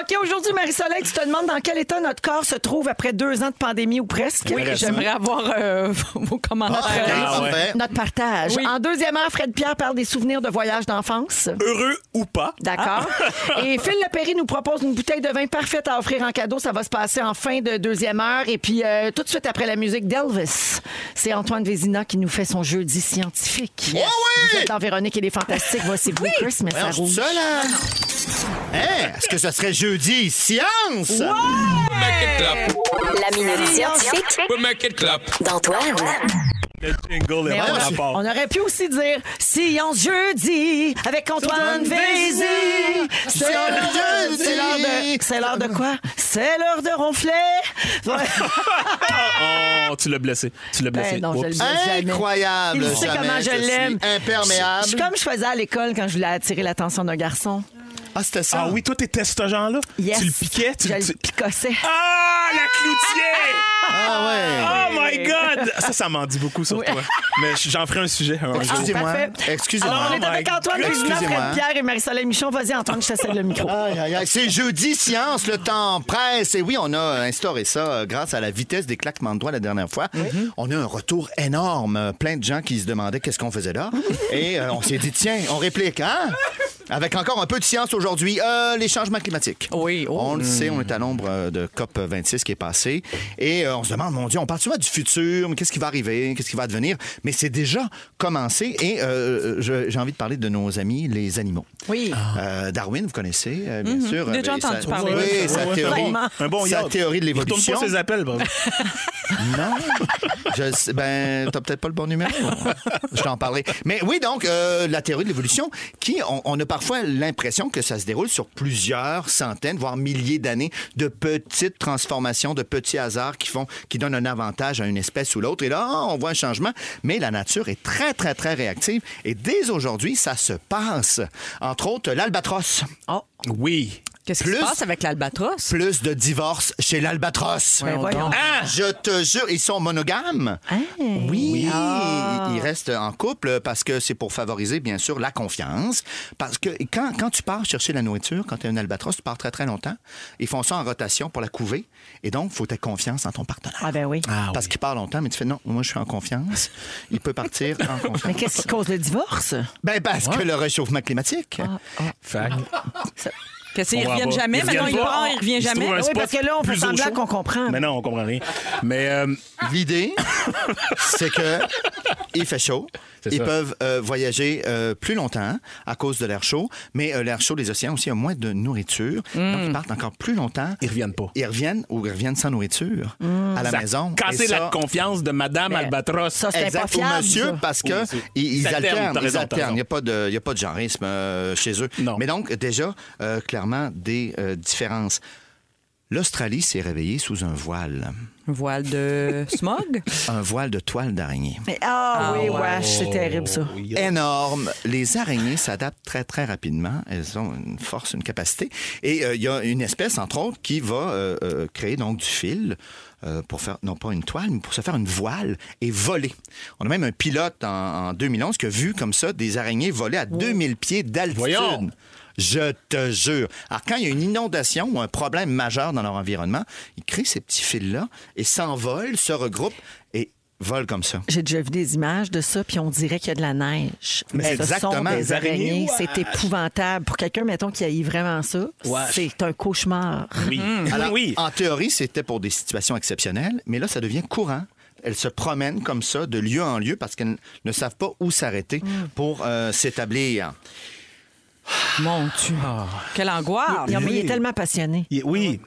A: OK, aujourd'hui, Marie-Soleil, tu te demandes dans quel état notre corps se trouve après deux ans de pandémie ou presque.
D: Oui,
F: Intéressant.
D: j'aimerais avoir euh, *laughs* vos
B: Ah,
D: commentaires.
F: Ah,
B: ouais.
F: ouais.
A: Notre partage.
D: Oui.
A: En deuxième heure, Fred Pierre parle des souvenirs de voyage d'enfance.
F: Heureux ou pas.
A: D'accord. Et Phil Lepéry nous propose une bouteille de vin parfaite à offrir en cadeau. Ça va se passer en fin de deuxième heure. Et puis, euh, tout de suite après la musique d'Elvis, c'est Antoine Vézina qui nous fait son jeudi scientifique.
B: Oh oui!
A: Vous êtes dans Véronique et les Fantastiques. Voici Blue Christmas à
B: Voyons, je suis
A: rouge.
B: seul, hein? Hein? Est-ce que ce serait jeudi? Science!
H: Make it clap.
I: La minute scientifique
H: We make it clap.
I: d'Antoine.
F: Le jingle est
A: Mais
F: bon
A: on-
F: rapport.
A: on, aurait pu aussi dire Science jeudi avec Antoine Vézi. C'est
B: Science
A: l'heure de-
B: jeudi.
A: c'est l'heure de. C'est l'heure de quoi? C'est l'heure de ronfler. Ouais. *laughs*
F: Oh, tu l'as blessé. Tu l'as blessé.
A: Ben non, je le
F: Oups.
A: dis jamais.
B: Incroyable!
A: Il sait
B: jamais,
A: comment
B: suis
A: je l'aime.
B: Imperméable.
A: Je suis comme je faisais à l'école quand je voulais attirer l'attention d'un garçon.
B: Ah, c'était ça.
F: Ah oui, toi, t'étais ce genre-là?
A: Yes.
F: Tu le piquais? Tu,
A: Je le
F: tu-
A: picossais.
F: Ah, la cloutier!
B: Ah ouais.
F: Oh my God! Ça, ça m'en dit beaucoup sur toi. Mais j'en ferai un sujet. un jour.
B: Excusez-moi.
A: Parfait. Alors,
B: Excusez-moi.
A: on est
F: Oh
A: avec
F: my
A: Antoine
F: God.
A: Vézina, Fred
B: Excusez-moi.
A: Pierre et Marie-Soleil Michon. Vas-y, Antoine, je te cède le micro.
B: Aïe, aïe, aïe. C'est jeudi science, le temps presse. Et oui, on a instauré ça euh, grâce à la vitesse des claquements de doigts la dernière fois. Mm-hmm. On a un retour énorme. Euh, Plein de gens qui se demandaient qu'est-ce qu'on faisait *laughs* là. Et euh, on s'est dit, tiens, on réplique, hein? Avec encore un peu de science aujourd'hui, Euh, les changements climatiques.
D: Oui, oh.
B: On le sait, on est à l'ombre euh, de COP 26 qui est passé. Et euh, on se demande, mon Dieu, on parle souvent du futur, mais qu'est-ce qui va arriver, qu'est-ce qui va advenir? Mais c'est déjà commencé. Et euh, je- j'ai envie de parler de nos amis, les animaux.
A: Oui.
B: Euh, Darwin, vous connaissez, euh, bien sûr.
D: Ah. Mhm. Déjà
B: avec
D: entendu
B: sa-
D: parler.
B: Oui, sa
F: Ouais, ouais,
B: théorie,
F: Un bon
B: sa
F: yacht.
B: théorie de
F: Il retourne
B: l'évolution.
F: pas ses appels, bravo.
B: Non. Je sais- ben, t'as peut-être pas le bon numéro. Je t'en parlerai. Mais oui, donc, euh, la théorie de l'évolution, qui, on, on a parfois l'impression que ça se déroule sur plusieurs centaines, voire milliers d'années de petites transformations, de petits hasards qui font, qui donnent un avantage à une espèce ou l'autre. Et là, ah, on voit un changement. Mais la nature est très, très, très réactive. Et dès aujourd'hui, ça se passe. Entre autres, l'albatros.
F: Oui.
D: Oh. Qu'est-ce qui se
B: Plus-
D: passe avec l'albatros?
B: Plus de divorces chez l'albatros.
A: Ben voyons. Ah.
B: Ah, Je te jure, ils sont monogames. Oui. Ils restent en couple parce que c'est pour favoriser, bien sûr, la confiance. Parce que quand, quand tu pars chercher la nourriture, quand tu es un albatros, tu pars très, très longtemps. Ils font ça en rotation pour la couver. Et donc, il faut ta confiance en ton partenaire.
A: Ah ben oui.
B: parce qu'il part longtemps, mais tu fais non, moi je suis en confiance. Il peut partir en
A: *laughs* Mais
B: confiance.
A: qu'est-ce qui cause le divorce?
B: Ben parce que le réchauffement climatique.
A: Ah.
F: Fac.
D: Qu'est-ce qu'ils
F: On va
D: reviennent
F: pas.
D: jamais?
F: Ils
D: Maintenant, il
F: reviennent pas.
D: part, il revient
F: Ils se
D: jamais.
F: trouvent un
A: Oui, parce
F: spot
A: que là, on fait
F: plus au
A: semblant
F: chaud.
A: qu'on comprend.
F: Mais non, on comprend rien. Mais euh,
B: L'idée, c'est que il fait chaud.
F: C'est
B: Ils
F: ça.
B: peuvent euh, voyager euh, plus longtemps à cause de l'air chaud, mais euh, l'air chaud des océans aussi a moins de nourriture. Donc, ils partent encore plus longtemps.
F: Hmm. ils reviennent pas. Hmm.
B: Ils reviennent ou ils reviennent sans nourriture à la
F: Ça a
B: maison.
F: Cassé
B: Et ça-
F: la confiance de Madame Albatros.
A: ça, c'est
B: Exact,
A: pas
B: ou
A: fiable,
B: monsieur,
A: ça.
B: parce que
F: Oui, c'est-
B: ils, ils
F: Ça alterne,
B: alternent.
F: t'as
B: ils
F: raison, t'as
B: alternent. Il n'y a,
F: raison.
B: pas de- il y a pas de genreisme euh, chez eux.
F: Non.
B: Mais donc, déjà, euh, clairement, des euh, différences. L'Australie s'est réveillée sous un voile.
D: Un *laughs* voile de smog?
B: Un voile de toile d'araignée.
A: Mais- ah oui, wesh, c'est terrible ça.
B: énorme. Les araignées s'adaptent très, très rapidement. Elles ont une force, une capacité. Et euh, il y a une espèce, entre autres, qui va euh, euh, créer donc du fil euh, pour faire, non pas une toile, mais pour se faire une voile et voler. On a même un pilote en, en 2011 qui a vu comme ça des araignées voler à 2000 pieds d'altitude.
F: Voyons.
B: Je te jure. Alors, quand il y a une inondation ou un problème majeur dans leur environnement, ils créent ces petits fils-là et s'envolent, se regroupent et volent comme ça.
A: J'ai déjà vu des images de ça, puis on dirait qu'il y a de la neige.
B: Mais
A: ce
B: exactement,
A: sont des
B: des
A: araignées.
B: araignées.
A: C'est épouvantable. Pour quelqu'un, mettons, qui haït vraiment ça,
F: Wesh.
A: c'est un cauchemar.
F: Oui.
B: *laughs* Alors,
F: oui.
B: En théorie, c'était pour des situations exceptionnelles, mais là, ça devient courant. Elles se promènent comme ça de lieu en lieu parce qu'elles ne savent pas où s'arrêter pour euh, s'établir.
D: Mon Dieu. Quelle
B: Ah,
D: angoisse.
A: Non, mais il est tellement passionné.
F: Il- Oui.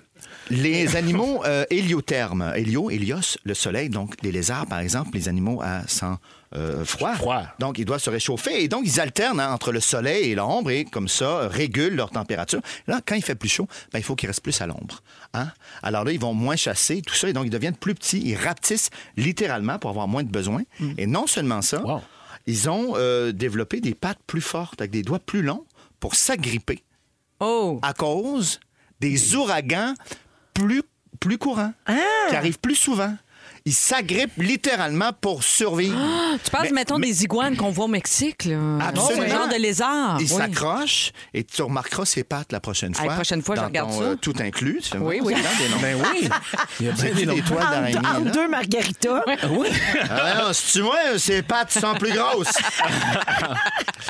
B: Les animaux euh, héliothermes, hélio, hélios, le soleil, donc les lézards, par exemple, les animaux à sang euh, froid.
F: Froid.
B: Donc, ils doivent se réchauffer et donc ils alternent hein, entre le soleil et l'ombre et comme ça, euh, régulent leur température. Là, quand il fait plus chaud, ben, il faut qu'ils restent plus à l'ombre. hein. Alors là, ils vont moins chasser, tout ça, et donc ils deviennent plus petits, ils rapetissent littéralement pour avoir moins de besoin. Et non seulement ça,
F: Mm. Wow.
B: Ils ont euh, développé des pattes plus fortes, avec des doigts plus longs, pour s'agripper
D: Oh!
B: à cause des ouragans plus, plus courants,
D: Ah!
B: qui arrivent plus souvent. Ils s'agrippent littéralement pour survivre.
D: Tu parles,
B: Mais-
D: mettons,
B: mais-
D: des iguanes qu'on voit au Mexique, là.
B: Absolument.
D: Ce genre de lézard.
B: Il
D: oui.
B: s'accroche et tu remarqueras ses pattes la prochaine
D: Ah,
B: fois.
D: la prochaine fois, je
B: dans
D: regarde
B: ton,
D: ça.
B: euh, tout inclus. C'est
D: Oui,
B: vraiment
D: oui.
B: c'est dans des noms.
F: Ben oui. Il y a bien
B: C'est
F: des
B: des
F: longs-
B: toiles
A: Entre,
B: d'araignée.
A: entre
B: là.
A: deux margaritas.
F: Oui.
B: Ah non, c'est-tu moi, ces pattes sont plus grosses.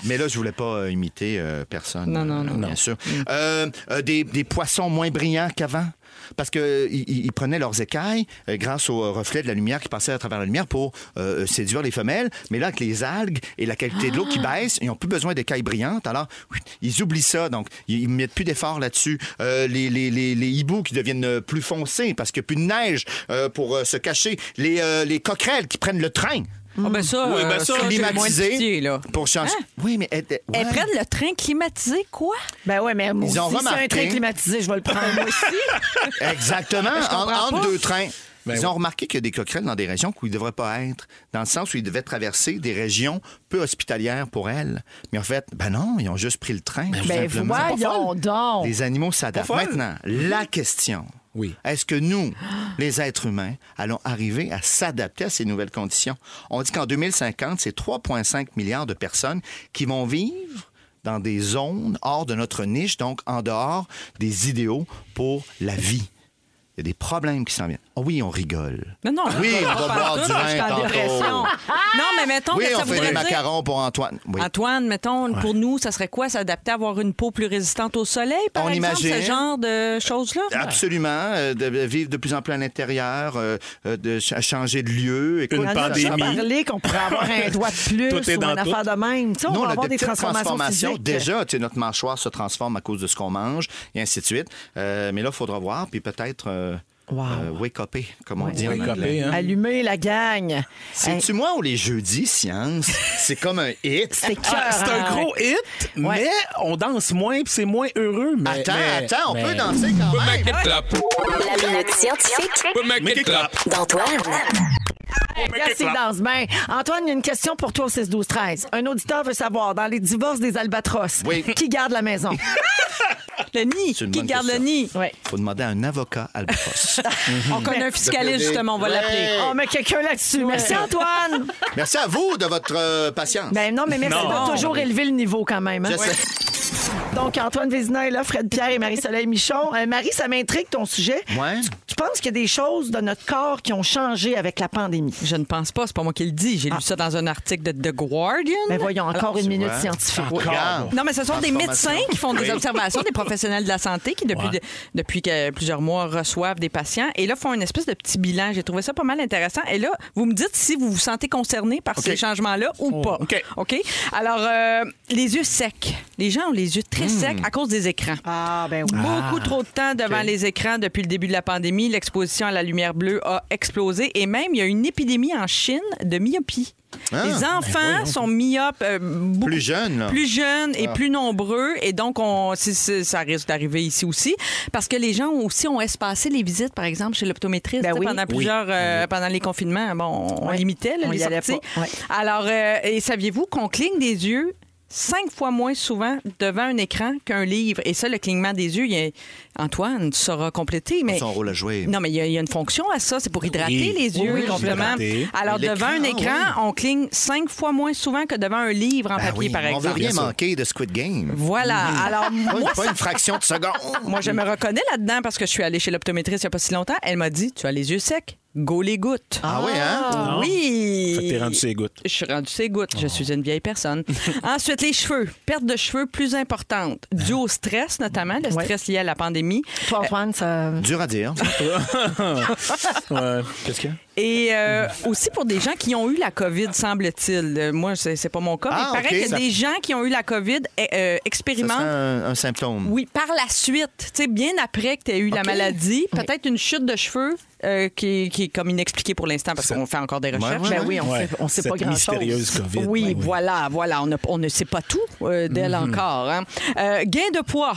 B: Mais là, je voulais pas euh, imiter euh, personne.
D: Non, non, Mm. non.
B: euh, Bien sûr. Euh, euh, des, des poissons moins brillants qu'avant. Parce qu'ils ils prenaient leurs écailles euh, grâce au reflet de la lumière qui passait à travers la lumière pour euh, séduire les femelles. Mais là, avec les algues et la qualité de l'eau qui
D: Ah!
B: baisse, ils n'ont plus besoin d'écailles brillantes. Alors, ils oublient ça. Donc, ils ne mettent plus d'efforts là-dessus. Euh, les, les- les- les hiboux qui deviennent euh, plus foncés parce qu'il n'y a plus de neige euh, pour euh, se cacher. Les, euh, les coquerelles qui prennent le train
D: Ah, ben ça,
F: Oui, ben
D: euh,
F: ça,
D: ça, j'ai moins de
B: climatisé
D: pitié, là.
B: pour changer.
D: Hein?
B: Oui, mais elle, ouais.
D: Elles prennent le train climatisé, quoi?
A: Ben ouais, mais moi
B: Ils ont
A: aussi, c'est un
B: remarqué.
A: train climatisé, je vais le prendre moi aussi.
B: *laughs* exactement en-
D: comprends
B: entre
D: pas.
B: deux trains.
F: Ben
B: ils
F: oui.
B: ont remarqué qu'il y a des coquerelles dans des régions où ils ne devraient pas être, dans le sens où ils devaient traverser des régions peu hospitalières pour elles. Mais en fait, ben non, ils ont juste pris le train. tout
A: Ben
B: simplement.
A: voyons donc.
B: Les animaux s'adaptent.
F: Pas folle.
B: Maintenant, la question.
F: Oui.
B: Est-ce que nous, les êtres humains, allons arriver à s'adapter à ces nouvelles conditions? On dit qu'en 2050, c'est 3,5 milliards de personnes qui vont vivre dans des zones hors de notre niche, donc en dehors des idéaux pour la vie. Il y a des problèmes qui s'en viennent. Ah oui,
F: *laughs*
B: on rigole.
D: Non, non.
B: Oui, on
D: pas
B: va boire
D: pantoute,
B: du
D: je
B: vin
D: suis en
B: tantôt.
D: dépression. Non, mais mettons
B: oui,
D: que ça
B: on fait
D: voudrait
B: des
D: dire...
B: macarons pour Antoine. Oui.
D: Antoine, mettons, pour nous, ça serait quoi s'adapter à avoir une peau plus résistante au soleil, par
B: On
D: exemple,
B: imagine.
D: ce genre de choses-là?
B: Absolument. euh, de vivre de plus en plus à l'intérieur, euh, euh, de ch- changer de lieu. Écoute,
F: Une
B: ça-
F: pandémie.
A: On a parlé qu'on pourrait avoir un doigt de plus
F: *laughs* Tout est
A: ou
F: dans
A: une
F: tout.
A: affaire de même. Tu sais, on
B: Nous,
A: va
B: a
A: avoir des
B: petites
A: transformations, physiques.
B: Déjà, tu sais, notre mâchoire se transforme à cause de ce qu'on mange et ainsi de suite. Euh, mais là, il faudra voir, puis peut-être euh,
A: Wow.
B: euh, wake up, comme on dit en
F: Wake
B: anglais.
F: upé, hein.
A: Allumer la
F: Ah,
A: gang. Hey,
B: C'est-tu moi ou les jeudis,
A: *laughs*
B: science? C'est comme un hit.
A: C'est cœur.
F: Ah, c'est un gros hit,
A: Ouais.
F: mais on danse moins puis c'est moins heureux. Mais,
B: Attends,
F: mais-
B: attends, on
F: mais-
B: peut danser quand
H: We'll
B: même.
H: make it clap.
I: La minute scientifique
H: We'll make
F: Make
H: it
F: it
H: clap.
I: d'Antoine.
A: Regarde, c'est dans ce bain. Antoine, il y a une question pour toi au 6-12-13. Un auditeur veut savoir, dans les divorces des albatros,
B: Oui.
A: qui garde
F: *laughs*
A: la maison?
D: Le nid.
B: C'est une
D: Qui
B: bonne
D: garde le
B: question.
D: nid?
A: Ouais.
B: Faut demander à un avocat,
A: *laughs*
B: Albatros.
D: On
B: *laughs*
D: connaît un fiscaliste, justement, on va
B: Ouais.
D: l'appeler.
A: On met quelqu'un là-dessus.
F: *laughs*
A: Merci, Antoine.
B: merci à vous de votre euh, patience.
A: Ben non, mais merci
F: Non.
A: d'avoir toujours élevé le niveau quand même. hein.
B: Je sais.
A: Donc, Antoine Vézina est là, Fred Pierre et Marie-Soleil Michon. Euh, Marie, ça m'intrigue ton sujet.
B: Ouais.
A: Tu, tu penses qu'il y a des choses de notre corps qui ont changé avec la pandémie?
D: Je ne pense pas, c'est pas moi qui le dis. J'ai
B: Ah.
D: lu ça dans un article de The Guardian.
A: Mais Ben, voyons, encore une minute
B: vois?
A: scientifique.
B: Regarde.
D: Non, mais ce sont des
B: Transformation.
D: médecins qui font des
B: Oui.
D: observations, des professionnels de la santé qui, depuis,
F: Ouais.
D: depuis que plusieurs mois, reçoivent des patients et là font une espèce de petit bilan. J'ai trouvé ça pas mal intéressant. Et là, vous me dites si vous vous sentez concerné par ces changements-là ou
B: Oh,
D: pas.
F: OK.
D: OK? Alors, euh, les yeux secs. Les gens ont les yeux
B: Hmm.
D: très secs à cause des écrans.
A: Ah, ben oui.
D: Beaucoup trop de temps devant les écrans depuis le début de la pandémie. L'exposition à la lumière bleue a explosé et même il y a une épidémie en Chine de myopie.
B: Ah.
D: les enfants sont myopes euh,
B: Ben
D: beaucoup
B: Plus jeune, là.
D: plus jeunes
A: Ah.
D: et plus nombreux et donc on si- si- ça risque d'arriver ici aussi parce que les gens aussi ont espacé les visites par exemple chez l'optométriste
A: Ben
D: tu sais,
A: oui.
D: pendant plusieurs euh, pendant les confinements bon on
A: Ouais.
D: limitait là,
A: On
D: les
A: y allait
D: sorties.
A: pas. Ouais.
D: Alors euh, et saviez-vous qu'on cligne des yeux cinq fois moins souvent devant un écran qu'un livre et ça le clignement des yeux il y a- Antoine tu sauras compléter mais
B: Son rôle à jouer.
D: non, mais il y, a- il y a une fonction à ça. C'est pour hydrater
F: Oui.
D: les yeux,
F: Oui, oui,
D: complètement.
F: hydrater.
D: Alors,
B: Mais
D: devant un
B: l'écran,
D: écran, on cligne cinq fois moins souvent que devant un livre en
B: Ben
D: papier,
B: oui,
D: par
B: on veut
D: exemple.
B: rien manquer de Squid Game.
D: Voilà. Alors,
B: Pas-
D: moi,
B: pas
D: ça-
B: une fraction de seconde.
D: *laughs* moi, je me reconnais là-dedans parce que je suis allée chez l'optométriste il n'y a pas si longtemps. Elle m'a dit Tu as les yeux secs, go les gouttes.
B: Ah ouais, hein?
F: Non.
D: Oui.
F: Fait que t'es rendu ses gouttes.
D: Je suis rendue ses gouttes.
B: Oh.
D: Je suis une
B: *laughs*
D: vieille personne. Ensuite, les cheveux. Perte de cheveux plus importante, due au stress notamment, le stress lié à la pandémie.
A: Toi, Antoine, ça...
B: Dur à dire.
F: Ouais.
B: Qu'est-ce qu'il y a?
D: Et euh, aussi pour des gens qui ont eu la COVID, semble-t-il. Euh, Moi, c'est c'est pas mon cas.
B: Ah,
D: mais il paraît
B: OK.
D: que
B: Ça-
D: des gens qui ont eu la COVID eh, euh,
B: Ça serait
D: expérimentent.
B: un, un symptôme.
D: Oui, par la suite, tu sais, bien après que tu aies eu la maladie, peut-être une chute de cheveux euh, qui, est- qui est comme inexpliquée pour l'instant parce qu'on fait encore des
B: ouais,
D: recherches.
A: Ben
B: ouais.
A: oui, on
F: Ouais,
A: sait, on sait
F: cette
A: pas grand-chose.
F: mystérieuse COVID,
D: Oui,
F: oui.
D: voilà, voilà. On, a- on ne sait pas tout euh, d'elle encore. hein. Euh, gain de poids.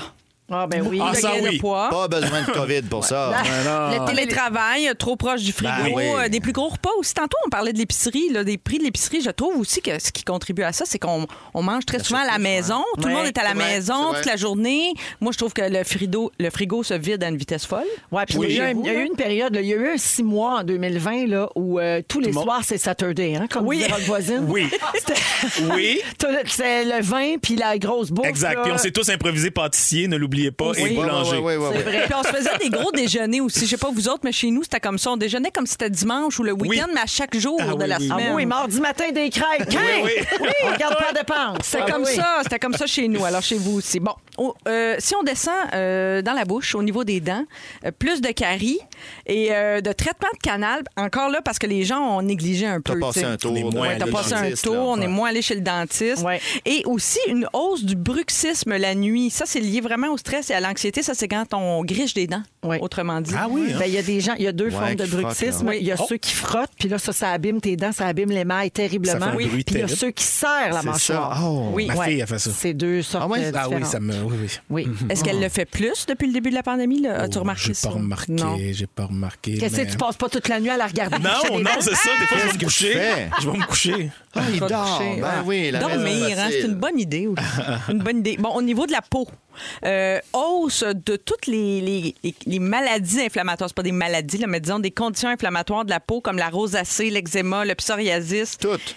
A: Ah, ben oui.
F: Mhm. Ah,
D: de
F: ça,
D: gain
F: oui.
D: de poids.
B: Pas besoin de COVID pour
D: *laughs*
B: ça. Non, non.
D: Le télétravail, euh, trop proche du frigo,
B: Ah. Ben oui.
D: euh, des plus gros repas aussi. Tantôt, on parlait de l'épicerie, là, des prix de l'épicerie. Je trouve aussi que ce qui contribue à ça, c'est qu'on on mange très souvent à la maison. Tout le
A: Ouais.
D: monde est à la
B: C'est vrai, c'est
D: maison
B: vrai.
D: toute la journée. Moi, je trouve que le frigo, le frigo se vide à une vitesse folle.
A: Ouais, puis
F: Oui.
A: il, y a eu- il y a eu une période, là, il y a eu un six mois en 2020 là, où euh, tous les
F: le monde-
A: soirs, c'est Saturday, hein, comme
D: Oui.
A: disait votre voisine. *laughs*
F: Oui.
A: C'était-
F: Oui.
A: Tout le- C'est le vin puis la grosse bouffe.
F: Exact.
A: là.
F: Puis on s'est tous improvisés pâtissiers, ne l'oubliez pas,
A: Oui.
F: et
A: Ouais,
F: boulanger.
B: Ouais, ouais, ouais, ouais, ouais.
D: Puis on se faisait des gros déjeuners aussi. Je sais pas vous autres, mais chez nous, c'était comme ça. On déjeunait comme si c'était dimanche ou le week-end, mais à chaque jour
F: Ah
D: de
F: oui,
D: la
F: oui.
A: Ah
D: semaine.
A: oui, mardi matin des crêpes. Hein?
F: oui. Ah
A: On regarde pas de dépenses.
D: C'était comme ça, c'était comme ça chez nous. Alors chez vous aussi. Bon, on- euh, si on descend euh, dans la bouche, au niveau des dents, euh, plus de caries et euh, de traitement de canal. Encore là parce que les gens ont négligé un
B: T'as
D: peu.
B: passé
D: tu sais.
B: un tour.
F: On est moins
D: Ouais,
B: de
D: t'as
F: allé
D: passé
F: chez le
D: un
B: dentiste,
D: tour,
B: là.
D: on est moins allé chez le dentiste.
A: Ouais.
D: Et aussi une hausse du bruxisme la nuit. Ça, c'est lié vraiment au stress et à l'anxiété. Ça, c'est quand on griche des dents,
A: Ouais.
D: autrement dit.
F: Ah oui,
A: Ben, Il
F: hein?
A: y a des gens, il y a deux
B: Ouais,
A: formes de
B: qui frottent,
A: bruxisme.
B: là.
A: Il y a
F: Oh.
A: ceux qui frottent, puis là, ça, ça abîme tes dents, ça abîme l'émail terriblement.
F: Ça fait un
A: Oui.
F: bruit
A: puis il y a
F: terrible.
A: ceux qui serrent la
B: C'est ça.
A: mâchoire.
B: Oh.
D: Oui.
F: Ma
A: Ouais.
F: fille a fait ça.
A: C'est deux sortes
B: Ah ouais?
A: de
F: Ah oui,
A: différentes.
F: ça me. Mhm. Oui, oui.
A: Oui.
D: Est-ce qu'elle le fait plus depuis le début de la pandémie? là? As-tu remarqué
F: Ah. Oh, J'ai
D: ça?
F: pas remarqué,
D: Non.
F: j'ai pas remarqué.
A: Qu'est-ce que
F: mais-
A: tu passes pas toute la nuit à la regarder? *laughs*
F: Non, non, c'est ça. Des fois, je vais me
B: que je
F: coucher.
B: fais?
F: Je vais me coucher.
B: Ah, il
D: Pas de
B: dort.
D: coucher,
B: Ben
D: ouais.
B: oui, la maison
D: Dormir, hein,
B: facile.
D: c'est une bonne idée aussi. une bonne idée. Bon, au niveau de la peau, euh, hausse de toutes les, les- les- les maladies inflammatoires. C'est pas des maladies, là, mais disons des conditions inflammatoires de la peau comme la rosacée, l'eczéma, le psoriasis,
B: Toutes.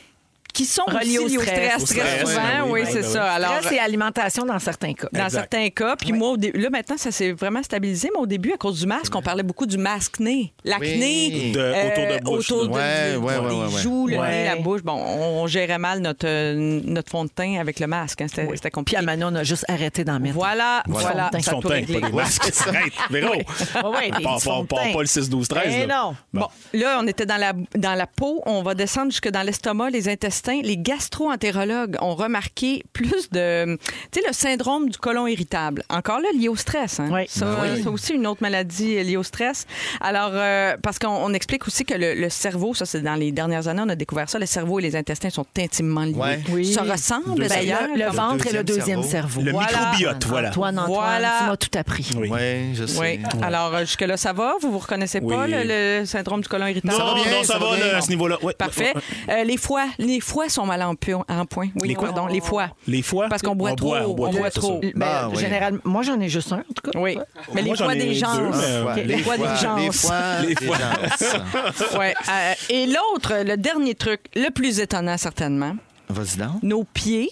D: qui sont
A: Reliées
D: reliés
A: au
D: au stress,
A: stress.
F: Au
D: très
F: stress,
D: souvent.
F: ben oui,
D: oui,
F: ben
D: c'est
F: oui.
D: ça. Alors,
A: Alors, c'est alimentation dans certains cas.
D: dans
F: Exact.
D: certains cas. Puis moi, au dé- là, maintenant, ça s'est vraiment stabilisé, mais au début, à cause du masque, on parlait beaucoup du masque-nez. L'acné. euh,
F: De-
B: Oui.
F: autour de bouche,
D: Autour
F: là.
B: Ouais,
D: de- de-
B: ouais,
D: des
B: ouais, ouais,
D: joues, le
A: ouais.
D: nez, la bouche. Bon, on, on gérait mal notre, euh, notre fond de teint avec le masque. hein. C'était c'était
A: Euh, Puis
D: compliqué.
A: à Manon, on a juste arrêté d'en mettre.
D: Voilà, voilà.
A: Du
F: Ils
A: Ça
F: sont
A: peut
F: teints,
A: régler.
F: pas des
A: *laughs*
F: masques. Arrête, Véro.
A: ouais, des
F: Pas- pas-
A: fonds de
F: pas
A: teint.
F: pas le 6-12-13.
A: Eh
F: là.
A: non.
F: Bon.
D: Bon, là, on était dans la, dans la peau. On va descendre jusque dans l'estomac, les intestins. Les gastro-entérologues ont remarqué plus de. Tu sais, le syndrome du côlon irritable. Encore là, lié au stress. Hein?
A: Oui.
D: Ça,
B: Ben
D: c'est aussi une autre maladie euh, liée au stress. Alors, euh, parce qu'on on explique aussi que le, le cerveau, ça, c'est dans les dernières années, on a découvert ça. Le cerveau et les intestins sont intimement liés.
B: Ouais.
A: Oui.
D: Ça ressemble
F: Deux
A: Ben,
D: d'ailleurs.
A: le, le
D: comme-
A: ventre et le
B: deuxième
A: deuxième cerveau.
F: Le microbiote, voilà.
A: Antoine, Antoine,
D: Voilà.
A: tu m'as tout appris.
F: Oui.
B: Oui, je sais.
D: Oui. Alors, euh, jusque-là, ça va? Vous vous reconnaissez
F: Oui.
D: pas le, le syndrome du côlon irritable?
F: Non,
B: va bien,
F: non, ça
B: ça va
F: va
B: bien.
F: là, à ce niveau-là. Ouais.
D: Parfait. Euh, les foies, les foies sont mal en, pu- en point. Oui,
F: Les quoi?
D: pardon, les foies.
F: Les fois.
D: Parce qu'on boit trop, on boit,
F: c'est
D: trop.
F: ça.
B: Ben,
A: Ben,
B: oui.
A: généralement, moi j'en ai juste un en tout cas.
D: Oui, mais
F: Moi,
D: les
F: j'en
D: foies
F: ai
D: des gens.
F: deux, mais, euh,
B: Ouais,
D: Les fois des gens.
B: les fois,
F: Les
B: les
F: fois.
B: gens.
D: *laughs* Ouais. euh, et l'autre, le dernier truc, le plus étonnant certainement,
B: Vas-y donc.
D: nos pieds.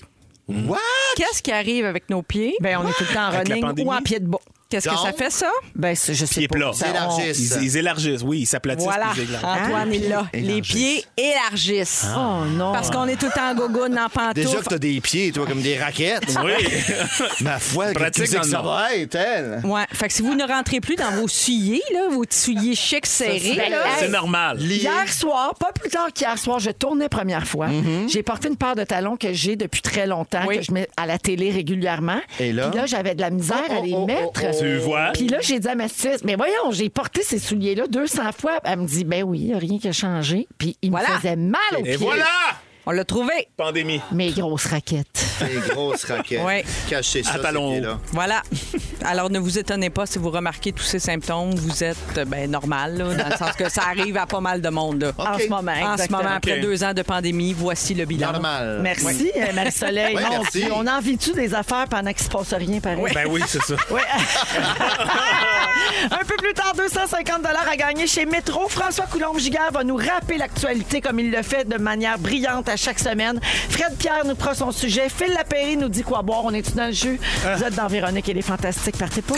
B: What?
D: Qu'est-ce qui arrive avec nos pieds?
A: Ben on est tout le
D: Ah,
A: temps en
F: Avec la
A: running
F: pandémie?
A: ou en pied de bas.
D: Qu'est-ce que
B: donc-
D: ça fait ça?
A: Ben c'est- je sais
F: Pieds
A: pas.
F: plats.
A: Ça,
B: Ils
A: on-
B: élargissent.
F: Ils, ils élargissent, oui, ils s'aplatissent.
D: Voilà,
F: puis ils élargissent.
D: Antoine est là.
B: pieds
D: Les
B: élargissent.
D: pieds élargissent.
A: Oh non.
D: Parce qu'on est tout le temps en gogoune, en
B: Déjà que
D: pantoufles.
B: t'as des pieds, toi, comme des
D: *laughs*
B: raquettes.
F: Oui.
B: Ma foi,
F: Pratique
B: pratique que
F: dans
B: ça
F: le
B: va être, elle.
D: Ouais. Fait que si vous ne rentrez plus dans vos souliers, là, vos petits souliers chics serrés, là,
F: C'est normal.
A: Hier soir, pas plus tard qu'hier soir, je tournais première fois. J'ai porté une paire de talons que j'ai depuis très longtemps,
D: Oui.
A: que je mets à la télé régulièrement.
B: Et là?
A: Puis là, Oh, j'avais de la misère à les mettre.
F: Tu vois? hein?
A: Puis là, j'ai dit à ma petite, mais voyons, j'ai porté ces souliers-là 200 fois. Elle me dit, ben oui, il n'y a rien qui a changé. Puis il me
D: Voilà.
A: faisait mal aux pieds.
F: Et voilà!
D: on l'a trouvé.
F: Pandémie.
A: Mes grosses raquettes.
B: Des grosses raquettes.
D: Ouais.
B: Cachez ça,
F: À
B: ces
F: talons
B: pieds-là.
D: Voilà. *laughs* Alors, ne vous étonnez pas si vous remarquez tous ces symptômes. Vous êtes euh, ben, normal, là, dans le sens que ça arrive à pas mal de monde. là.
B: OK.
A: En ce moment,
D: En ce
A: exactement.
D: moment, après
F: OK.
D: deux ans de pandémie, voici le bilan.
B: Normal.
A: Merci, euh, Marie-Soleil.
B: Oui,
A: Mon
B: merci.
A: Dieu, On en vit-tu des affaires pendant qu'il se passe rien, pareil?
F: Ben oui, c'est
D: *laughs*
F: ça.
A: Oui. *laughs* Un peu plus tard, 250 à gagner chez Métro. François Coulombe-Giguère va nous rappeler l'actualité comme il le fait de manière brillante à chaque semaine. Fred Pierre nous prend son sujet. Phil Lapéry nous dit quoi boire. On est-tu dans le jus?
F: Hein?
A: Vous êtes dans Véronique et les Fantastiques. Partez pas.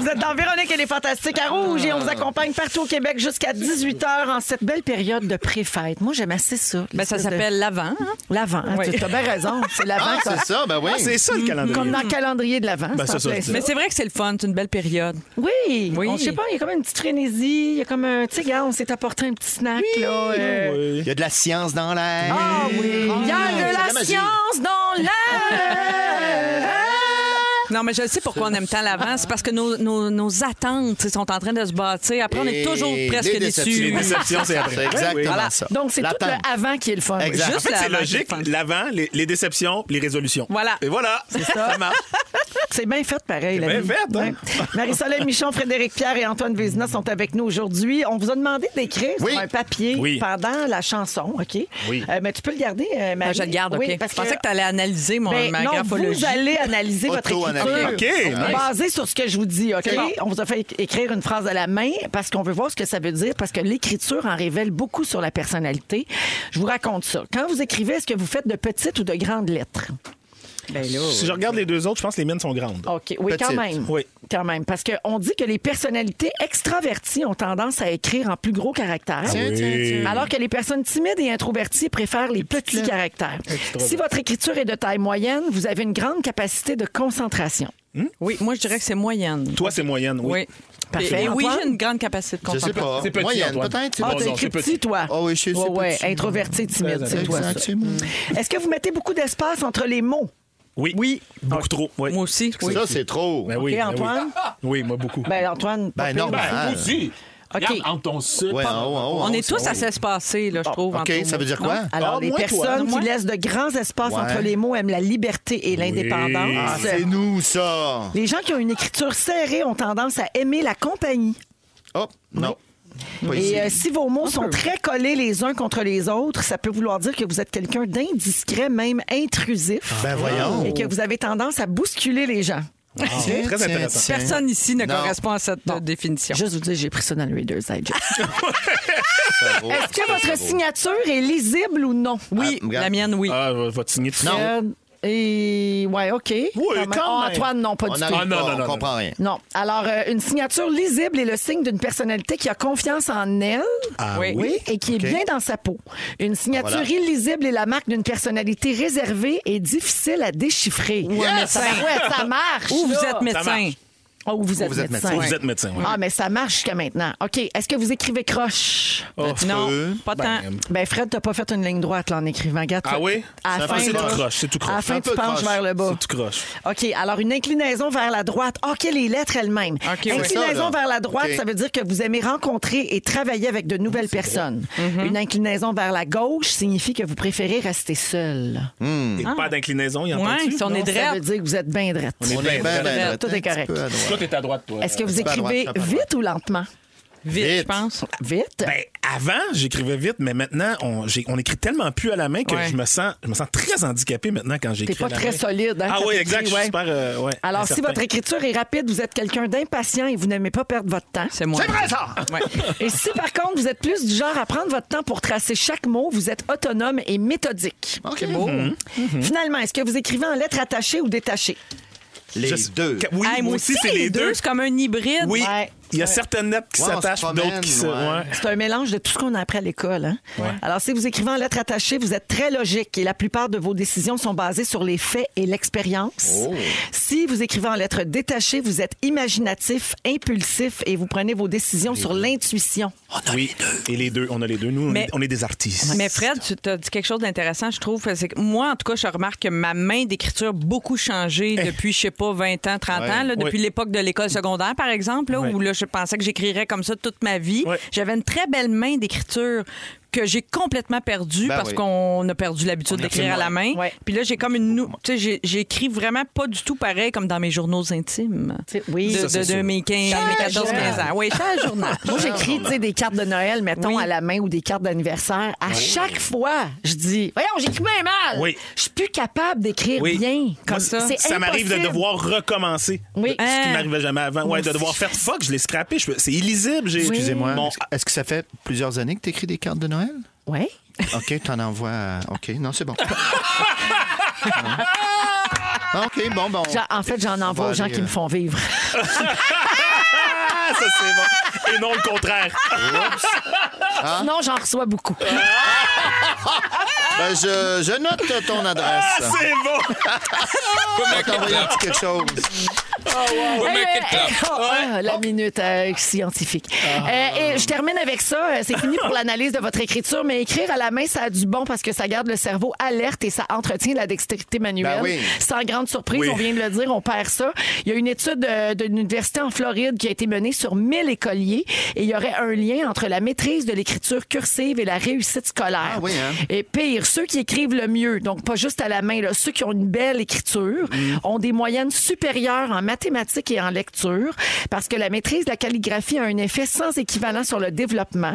A: Vous êtes dans Véronique et les Fantastiques à Rouge et on vous accompagne partout au Québec jusqu'à 18h en cette belle période de pré-fête. Moi, j'aime assez ça.
D: Ben, ça
A: L'espèce de-
D: s'appelle l'avant. hein?
A: l'Avent. hein.
D: Oui.
A: Tu as bien raison.
D: *laughs*
A: C'est l'Avent.
B: Ah,
A: comme-
B: c'est ça, ben oui.
F: C'est ça le calendrier.
A: comme dans le calendrier de l'Avent.
F: Ben,
A: c'est en
F: c'est ça,
A: plein
F: c'est
A: ça.
D: Mais c'est vrai que c'est le fun, c'est une belle période.
A: Oui,
D: Oui.
A: On- je sais pas, il y a comme une petite frénésie, il y a comme un, tu sais, gars, on s'est apporté un petit snack, là. euh,
B: Il y a de la science dans l'air.
A: Ah oui, il y a
B: c'est
A: de
B: de
A: la
B: la magie.
A: science dans l'air.
D: Non, mais je sais pourquoi on aime tant l'avant. C'est parce que nos, nos- nos attentes sont en train de se bâtir. Après, on est
B: Et
D: toujours presque
B: les déceptions.
D: déçus.
F: Les déceptions, c'est après.
B: C'est exactement
F: Voilà.
B: ça.
A: Donc, c'est tout
B: L'attente.
A: le Ah, avant qui est le fun.
B: Exact.
F: En
D: Juste
F: fait, c'est
D: l'avant,
F: logique.
D: c'est le fun.
F: L'avant, les, les déceptions, les résolutions.
D: Voilà.
F: Et voilà.
A: ça.
F: Ça
D: *laughs*
F: marche.
A: C'est bien fait, pareil. la
F: bien
A: vie.
F: fait, hein?
A: Ouais. Marie-Soleil Michon, Frédéric Pierre et Antoine Vézina sont avec nous aujourd'hui. On vous a demandé d'écrire
B: Oui.
A: sur un papier
F: Oui.
A: pendant la chanson, OK?
B: Oui.
A: Euh, mais tu peux le garder, euh, Marie?
D: Ah, je le garde, OK.
A: Oui, parce
D: je pensais que tu allais analyser mon,
A: Ben,
D: ma
A: non,
D: graphologie.
A: vous allez analyser votre écriture.
B: Auto-analyse.
F: OK, nice.
A: Basé sur ce que je vous dis, OK? On vous a fait é- écrire une phrase à la main parce qu'on veut voir ce que ça veut dire, parce que l'écriture en révèle beaucoup sur la personnalité. Je vous raconte ça. Quand vous écrivez, est-ce que vous faites de petites ou de grandes lettres? Ben là.
F: Si je regarde les deux autres, je pense que les miennes sont grandes.
A: OK. Oui,
B: Petite.
A: quand même.
F: Oui.
A: Quand même. Parce qu'on dit que les personnalités extraverties ont tendance à écrire en plus gros caractères. Alors que les personnes timides et introverties préfèrent les petits caractères. Si votre écriture est de taille moyenne, vous avez une grande capacité de concentration.
D: Oui, moi, je dirais que c'est moyenne.
F: Toi, c'est moyenne, oui.
D: Oui.
A: Parfait.
D: Et oui,
A: Antoine?
D: j'ai une grande capacité de
B: Je sais
D: concentration.
B: pas.
H: C'est petit,
B: Moyenne,
H: Antoine.
B: peut-être. c'est
A: Ah,
B: bon.
A: t'as
H: non,
A: écrit
H: c'est
A: petit,
H: petit.
A: toi.
B: Ah oui, je suis-
A: Ouais,
B: c'est
A: ouais,
B: petit.
A: introverti, timide, c'est toi. ça.
B: Exact, c'est moi.
A: Est-ce que vous mettez beaucoup d'espace entre les mots?
F: Oui.
A: Oui.
F: Beaucoup trop. Oui.
D: Moi aussi. Oui.
B: Ça, c'est trop.
F: Ben oui,
A: OK,
F: ben oui.
A: Antoine?
F: Oui, moi, beaucoup.
A: Ben, Antoine, pas
B: Ben,
A: pire.
B: normal.
H: aussi.
A: OK.
H: Regarde, entre ton sucre.
B: Ouais, oh, en haut, en haut, en
D: On
B: haut,
D: est
B: c'est
D: tous
B: en
D: à
B: haut.
D: s'espacer, là, je trouve.
B: OK,
D: entre
B: ça veut
D: nous.
B: dire quoi?
F: Ah,
A: Alors, les
F: moins toi.
A: personnes qui
D: Moi?
A: laissent de grands espaces
B: Ouais.
A: entre les mots aiment la liberté et l'indépendance.
B: Ah, c'est nous, ça.
A: Les gens qui ont une écriture serrée ont tendance à aimer la compagnie.
B: Hop, non. Pas ici.
A: Et euh, si vos mots sont très collés les uns contre les autres, ça peut vouloir dire que vous êtes quelqu'un d'indiscret, même intrusif,
B: Ben voyons.
A: et que vous avez tendance à bousculer les gens.
B: Tiens,
F: Très
B: tiens,
F: intéressant.
B: tiens.
D: Personne ici ne
B: Non.
D: correspond à cette euh, définition.
A: Juste vous dire, j'ai pris ça dans le Reader's Digest.
B: Ça vaut,
A: Est-ce que
B: ça
A: votre
B: vaut.
A: signature est lisible ou non?
D: Oui,
B: Ah, regarde.
D: la mienne, oui.
F: Ah, va, va te signer tout ça.
A: Euh, et... Ouais, OK.
F: quand
A: Ah,
F: même.
A: Antoine, non, pas
B: On
A: du tout.
B: n'arrive
F: non,
B: pas,
F: non, non,
B: on comprend rien.
A: Non. Alors, euh, une signature lisible est le signe d'une personnalité qui a confiance en elle.
D: Ah,
B: Ah,
D: oui.
A: Oui, et qui est bien dans sa peau. Une signature
B: Voilà.
A: illisible est la marque d'une personnalité réservée et difficile à déchiffrer. Ouais,
B: Yes!
A: mais ça, ouais, ça marche.
D: Ou vous
A: là.
D: êtes médecin.
F: marche.
A: Oh, ou vous êtes
B: vous êtes
A: médecin.
B: médecin.
F: Vous êtes médecin, oui.
A: Ah, mais ça marche jusqu'à maintenant. OK. Est-ce que vous écrivez croche?
F: Oh,
D: Non, pas tant.
F: Ben,
A: Ben, Fred, t'as pas fait une ligne droite là, en écrivant. Regarde,
F: Ah
A: toi,
F: oui?
A: À la
B: Ça
A: fin,
B: fait- c'est
A: là,
B: tout croche,
F: c'est tout
A: À la
F: croche.
A: fin,
B: Un
A: tu
B: peu
A: penches
B: croche.
A: vers le bas.
F: C'est tout croche.
A: OK, alors une inclinaison vers la droite. Ah, OK, les lettres elles-mêmes.
D: oui.
B: C'est ça,
A: Inclinaison
B: là.
A: vers la droite,
B: OK.
A: ça veut dire que vous aimez rencontrer et travailler avec de nouvelles personnes. Une inclinaison vers la gauche signifie que vous préférez rester seul.
F: Et pas d'inclinaison, il y en a
D: Oui, si on est
A: Ça veut
D: drette.
A: dire que vous êtes bien drette.
B: On est bien,
A: bien,
B: bien,
A: tout est
B: ben, un petit
A: correct.
B: peu à droite.
H: Toi, t'es à droite, toi.
A: Est-ce que vous
B: C'est pas à droite,
A: écrivez
B: c'est pas à droite.
A: vite ou lentement?
D: Vite,
B: Vite.
D: je pense.
A: Vite.
F: Ben, avant, j'écrivais vite, mais maintenant, on, j'ai- on écrit tellement plus à la main que
D: Ouais.
F: je, me sens, je me sens très handicapé maintenant quand j'écris.
A: T'es pas
F: à la
A: très
F: main.
A: solide. hein,
F: Ah
A: quand
F: oui,
A: t'écris,
F: exact. Je
A: ouais.
F: suis super. euh, ouais,
A: Alors, si
F: incertain.
A: votre écriture est rapide, vous êtes quelqu'un d'impatient et vous n'aimez pas perdre votre temps.
D: C'est moi.
B: C'est vrai, ça!
D: Ouais.
A: Et si, par contre, vous êtes plus du genre à prendre votre temps pour tracer chaque mot, vous êtes autonome et méthodique.
B: OK. Mhm. beau.
A: Finalement, est-ce que vous écrivez en lettres attachées ou détachées?
B: Les
F: Je-
B: deux.
F: Que- Oui,
D: Hey,
F: moi aussi, c'est les deux.
D: C'est comme un hybride.
F: Oui,
A: Ouais.
F: il y a certaines lettres qui
B: Ouais, on se
F: s'attachent,
B: promène,
F: d'autres qui se.
B: ouais.
F: ouais.
A: C'est un mélange de tout ce qu'on a appris à l'école. hein? Alors, si vous écrivez en lettres attachées, vous êtes très logique et la plupart de vos décisions sont basées sur les faits et l'expérience.
B: Oh.
A: Si vous écrivez en lettres détachées, vous êtes imaginatif, impulsif et vous prenez vos décisions sur l'intuition.
F: Oui, et les deux. On a les deux. Nous, on,
D: Mais-
F: est, on est des artistes.
D: Mais Fred, tu t'as dit quelque chose d'intéressant, je trouve. C'est que moi, en tout cas, je remarque que ma main d'écriture a beaucoup changé depuis, je sais pas, 20 ans, 30 ans, là, depuis
F: Oui.
D: l'époque de l'école secondaire, par exemple, là,
F: Oui.
D: où là, je pensais que j'écrirais comme ça toute ma vie.
F: Oui.
D: J'avais une très belle main d'écriture que j'ai complètement perdue
B: Ben
D: parce
B: oui.
D: qu'on a perdu l'habitude d'écrire à la main.
A: Ouais.
D: Puis là, j'ai comme une... nou- Tu sais, j'ai- j'écris vraiment pas du tout pareil comme dans mes journaux intimes.
A: C'est- oui.
D: De,
A: Ça,
D: de,
A: c'est
D: de mes 15, mes 14, 15 ans. Oui, c'est un journal.
A: Moi, j'écris tu sais, des cartes de Noël, mettons,
D: Oui.
A: à la main ou des cartes d'anniversaire. À chaque fois, je dis Voyons, j'écris bien mal.
F: Oui.
A: Je suis plus capable d'écrire
F: Oui.
A: bien. Comme
D: ça.
A: c'est
F: ça m'arrive de
A: impossible.
F: devoir recommencer.
A: Oui.
F: Ce qui
D: Hein.
F: m'arrivait jamais avant. Ouais, de devoir faire fuck, je l'ai scrappé. je peux- C'est illisible. j'ai-
B: Excusez-moi.
F: Mon-
B: est-ce- Est-ce que ça fait plusieurs années que tu écris des cartes
F: *laughs*
B: de Noël?
A: Ouais.
B: OK, t'en envoies. à- OK, non, c'est bon. Ah, OK, bon, bon.
A: J'en- En fait, j'en envoie aux
B: aller,
A: gens qui
B: euh,
A: me font vivre.
F: Ah, ça, c'est bon. Et non le contraire. Ah.
A: Sinon, j'en reçois beaucoup.
B: Ben, je, je note ton
F: Ah,
B: adresse.
F: c'est bon.
B: On va t'envoyer un petit quelque chose.
A: Euh,
H: Make it clap.
A: Ah, la minute euh, scientifique.
B: Ah.
A: Euh, et je termine avec ça. Euh, C'est fini pour l'analyse de votre écriture, mais écrire à la main, ça a du bon parce que ça garde le cerveau alerte et ça entretient la dextérité manuelle.
B: Ben oui.
A: Sans grande surprise,
F: Oui.
A: on vient de le dire, on perd ça. Il y a une étude euh, d'une université en Floride qui a été menée sur 1000 écoliers et il y aurait un lien entre la maîtrise de l'écriture cursive et la réussite scolaire.
B: Ah oui, hein?
A: Et pire, ceux qui écrivent le mieux, donc pas juste à la main, là, ceux qui ont une belle écriture,
F: Mm.
A: ont des moyennes supérieures en mathématiques et en lecture, parce que la maîtrise de la calligraphie a un effet sans équivalent sur le développement.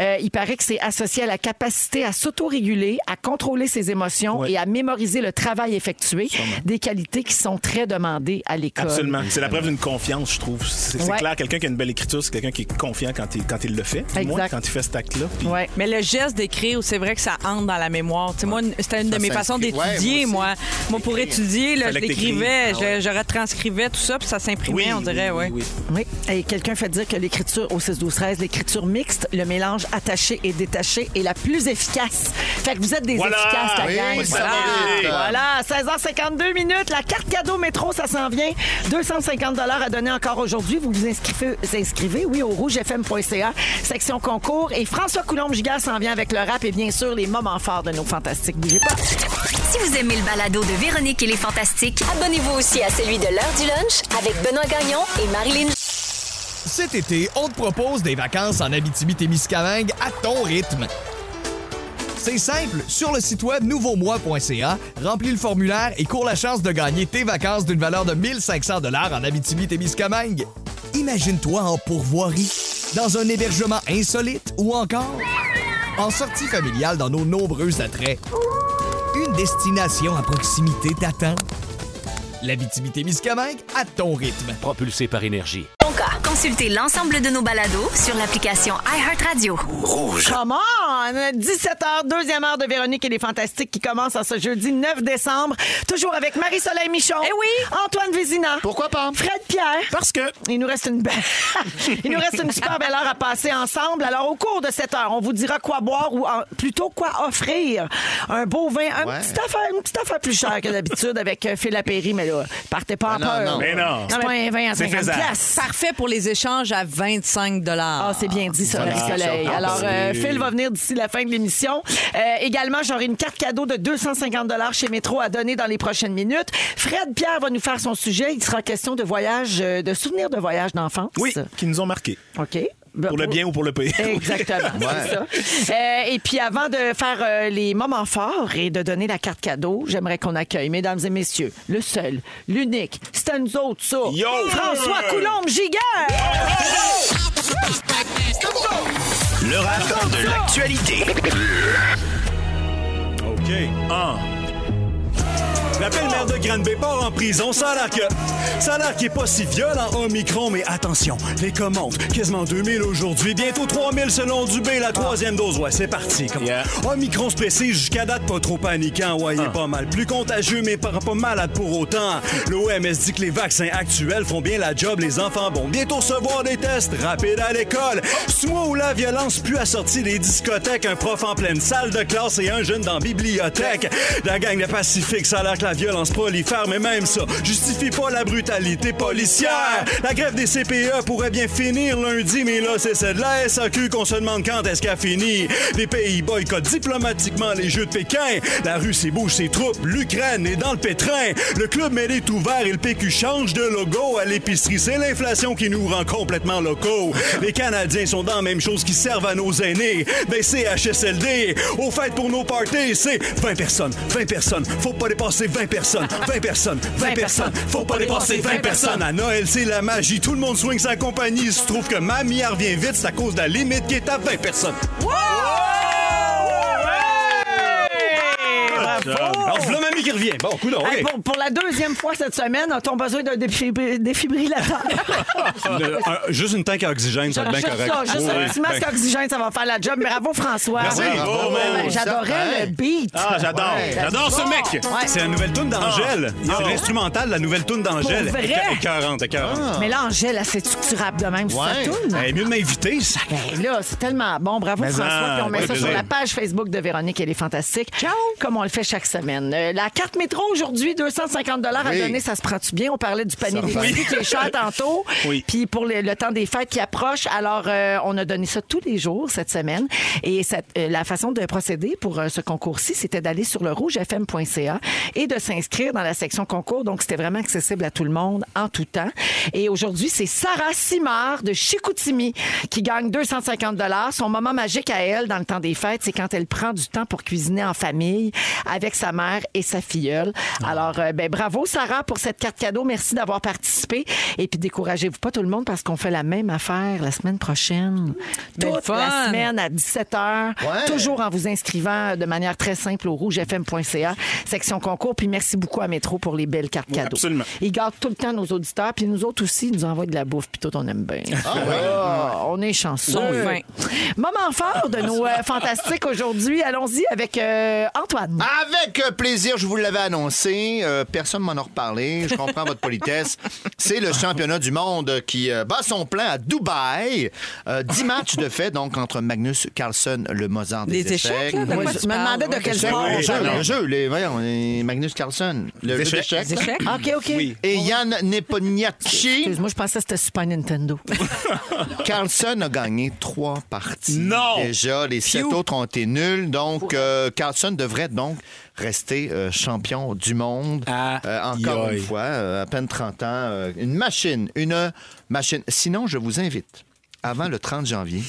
A: Euh, il paraît que c'est associé à la capacité à s'autoréguler, à contrôler ses émotions
F: Ouais.
A: et à mémoriser le travail effectué, des qualités qui sont très demandées à l'école.
F: Absolument. C'est la preuve d'une confiance, je trouve. C'est c'est
A: Ouais.
F: clair, quelqu'un qui a une belle écriture, c'est quelqu'un qui est confiant quand il, quand il le fait, du moins,
A: Exact.
F: quand il fait cet acte-là. Puis-
A: Ouais.
D: Mais le geste d'écrire, c'est vrai que ça entre dans la mémoire. Tu sais, Moi, c'était une de
B: Ça
D: mes façons
B: s'inscrit. Ouais,
D: d'étudier,
B: moi
D: moi. Moi, pour étudier, là, je
F: Fallait que t'écrives.
D: l'écrivais,
F: Ah
D: je, je retranscrivais tout ça, puis ça s'imprimait, on dirait, ouais.
F: oui.
A: Oui. Et quelqu'un fait dire que l'écriture au 6-12-13, l'écriture mixte, le mélange attaché et détaché est la plus efficace. Fait que vous êtes des
F: Voilà.
A: efficaces, la
B: Oui,
A: gang.
B: ça va vite.
A: Voilà, 16h52 minutes. La carte cadeau métro, ça s'en vient. 250 à donner encore aujourd'hui. Vous vous inscrivez, vous inscrivez, oui, au rougefm.ca, section concours. Et François Coulombe-Gigas s'en vient avec le rap et bien sûr les moments forts de nos fantastiques. Bougez pas.
I: Si vous aimez le balado de Véronique et les Fantastiques, abonnez-vous aussi à celui de l'heure du lunch avec Benoît Gagnon et Marilyn.
J: Cet été, on te propose des vacances en Abitibi-Témiscamingue à ton rythme. C'est simple, sur le site web nouveaumois.ca, remplis le formulaire et cours la chance de gagner tes vacances d'une valeur de 1500 dollars en Abitibi-Témiscamingue. Imagine-toi en pourvoirie, dans un hébergement insolite ou encore en sortie familiale dans nos nombreux attraits. Une destination à proximité t'attend. L'Abitibi-Témiscamingue à ton rythme.
K: Propulsé par énergie.
I: Ton cas. Consultez l'ensemble de nos balados sur l'application iHeartRadio.
A: Come on! 17h, deuxième heure de Véronique et les Fantastiques qui commence en ce jeudi 9 décembre. Toujours avec Marie-Soleil Michon.
D: Eh oui!
A: Antoine Vézina.
B: Pourquoi pas?
A: Fred Pierre.
F: Parce que
A: Il nous reste une belle... *laughs* Il nous reste une super belle heure à passer ensemble. Alors, au cours de cette heure, on vous dira quoi boire ou en- plutôt quoi offrir. Un beau vin, un
B: Ouais.
A: petit affaire, une petite affaire plus chère que d'habitude avec euh, Phil Lapéry, mais là, partez pas en
B: Ben non,
A: peur.
B: non.
F: Mais non.
A: C'est pas un vin à
F: C'est
A: 50
F: faisable.
A: piastres.
D: Parfait pour les échanges à 25
A: Ah, c'est bien dit, ça,
B: Voilà.
A: Soleil.
B: Ah,
A: Alors,
B: ben
A: euh,
F: oui.
A: Phil va venir d'ici la fin de l'émission. Euh, également, j'aurai une carte cadeau de 250 chez Métro à donner dans les prochaines minutes. Fred Pierre va nous faire son sujet. Il sera question de voyage, euh, de souvenirs de voyage d'enfance.
F: Oui, qui nous ont marqué.
A: OK.
F: Pour le bien ou pour le pire.
A: Oh. Exactement, c'est ça. Euh, et puis avant de faire euh, les moments forts et de donner la carte cadeau, j'aimerais qu'on accueille, mesdames et messieurs, le seul, l'unique, c'est à nous autres ça,
F: Yo!
A: François Coulombe-Giguère!
E: Le rap de l'actualité.
F: OK. Un.
L: La belle-mère de Granby part en prison, ça a l'air que... Ça a l'air qu'il est pas si violent, Omicron, mais attention, les commandes, quasiment 2000 aujourd'hui, bientôt 3000 selon Dubé, la troisième dose, ouais, c'est parti. Comme
F: Yeah.
L: Omicron se précise jusqu'à date, pas trop paniquant, ouais, il est pas mal plus contagieux, mais pas, pas malade pour autant. L'OMS dit que les vaccins actuels font bien la job, les enfants vont bientôt recevoir des tests rapides à l'école. C'est moi où la violence plus assortie des discothèques, un prof en pleine salle de classe et un jeune dans la bibliothèque. La gang de Pacifique, ça a l'air que la violence prolifère, mais même ça justifie pas la brutalité policière. La grève des CPE pourrait bien finir lundi, mais là, c'est celle de la SAQ qu'on se demande quand est-ce qu'elle finit. Les pays boycottent diplomatiquement les Jeux de Pékin. La Russie bouge ses troupes, l'Ukraine est dans le pétrin. Le club mêlé est ouvert et le PQ change de logo à l'épicerie. C'est l'inflation qui nous rend complètement locaux. Les Canadiens sont dans la même chose qui servent à nos aînés. Ben, Des CHSLD. Au fait, pour nos parties, c'est 20 personnes, 20 personnes. Faut pas dépasser 20 personnes, 20 personnes, 20 personnes. Faut pas dépasser 20 personnes. À Noël, c'est la magie. Tout le monde soigne sa compagnie. Il se trouve que mamie elle revient vite. C'est à cause de la limite qui est à 20 personnes. Alors, c'est le mamie qui revient. Bon, coudonc,
A: Hey,
L: OK.
A: pour, pour la deuxième fois cette semaine, a-t-on besoin d'un défibri- défibrillateur?
L: Le- un- juste une tank à oxygène, *laughs* ça va être bien
A: juste
L: correct.
A: ça, juste
L: Ouais.
A: un petit masque
L: Ben,
A: oxygène, ça va faire la job. Bravo, François.
L: Merci.
A: Ouais,
F: Bravo.
A: ouais, J'adorais
B: Hey.
A: le beat.
F: Ah, j'adore.
B: Ouais.
F: J'adore ce mec.
A: Ouais.
L: C'est la nouvelle toune d'Angèle.
F: Ah.
L: C'est l'instrumental de la nouvelle toune d'Angèle.
A: Pour vrai?
L: Éca- Écœurante, écœurante.
A: Mais là, Angèle, elle fait-tu que tu rappes de même sur
B: Ouais.
A: sa toune?
L: Eh, mieux de m'inviter, ça.
A: Ben là, c'est tellement bon. Bravo,
L: Mais
A: François.
L: en,
A: Puis on met
L: ouais,
A: ça sur
L: plaisir.
A: la page Facebook de Véronique. Elle est fantastique. Ciao. Comme on le fait chaque semaine. Euh, la carte métro aujourd'hui, 250 dollars à
B: Oui.
A: donner, ça se prend-tu bien? On parlait du panier
B: Ça
A: des
B: va.
A: qui est cher tantôt.
B: Oui.
A: Puis pour le, le temps des fêtes qui approche, alors euh, on a donné ça tous les jours cette semaine. Et ça- euh, la façon de procéder pour euh, ce concours-ci, c'était d'aller sur le rougefm.ca et de s'inscrire dans la section concours. Donc c'était vraiment accessible à tout le monde en tout temps. Et aujourd'hui, c'est Sarah Simard de Chicoutimi qui gagne 250 dollars. Son moment magique à elle dans le temps des fêtes, c'est quand elle prend du temps pour cuisiner en famille avec sa mère et sa filleule. Alors, euh, ben, bravo Sarah pour cette carte cadeau. Merci d'avoir participé. Et puis, découragez-vous pas tout le monde parce qu'on fait la même affaire la semaine prochaine.
D: Ben,
A: Toute
D: le fun.
A: la semaine à 17h.
B: Ouais.
A: Toujours en vous inscrivant de manière très simple au rougefm.ca, section concours. Puis merci beaucoup à Métro pour les belles cartes cadeaux.
F: absolument.
A: Ils gardent tout le temps nos auditeurs. Puis nous autres aussi, ils nous envoient de la bouffe. Puis tout, on aime bien. Ah, on est chanceux.
D: Ils sont fins.
A: Moment fort de nos euh, fantastiques aujourd'hui. Allons-y avec euh, Antoine.
B: Avec euh, plaisir, je vous l'avais annoncé. euh, personne m'en a reparlé. Je comprends votre
F: *laughs*
B: politesse. C'est le championnat du monde qui euh, bat son plein à Dubaï.
F: *laughs*
B: Euh, dix matchs de fait, donc, entre Magnus Carlsen, le Mozart des,
D: Les échecs, là, de
A: Moi,
D: quoi
A: je
D: tu
A: me
D: parles?
A: demandais de
D: Ouais,
A: quel
D: je
B: Le
D: sais.
A: sport on
B: jeu,
A: parlait.
B: le jeu, les, voyons, les Magnus Carlsen, le
F: Les
B: jeu
F: échecs.
B: d'échecs.
D: Les échecs?
A: Ah, OK, OK.
F: Oui.
B: Et Yann Neponiachi.
A: Excuse-moi, je pensais que c'était Super Nintendo.
B: Ah, Carlson a gagné trois parties.
F: Non!
B: Déjà, les sept autres ont été nuls. Donc, euh, Carlson devrait donc rester euh, champion du monde.
F: Ah,
B: Euh, encore
F: yoï.
B: une fois, euh, à peine 30 ans. euh, une machine, une machine. Sinon, je vous invite, avant le 30 janvier,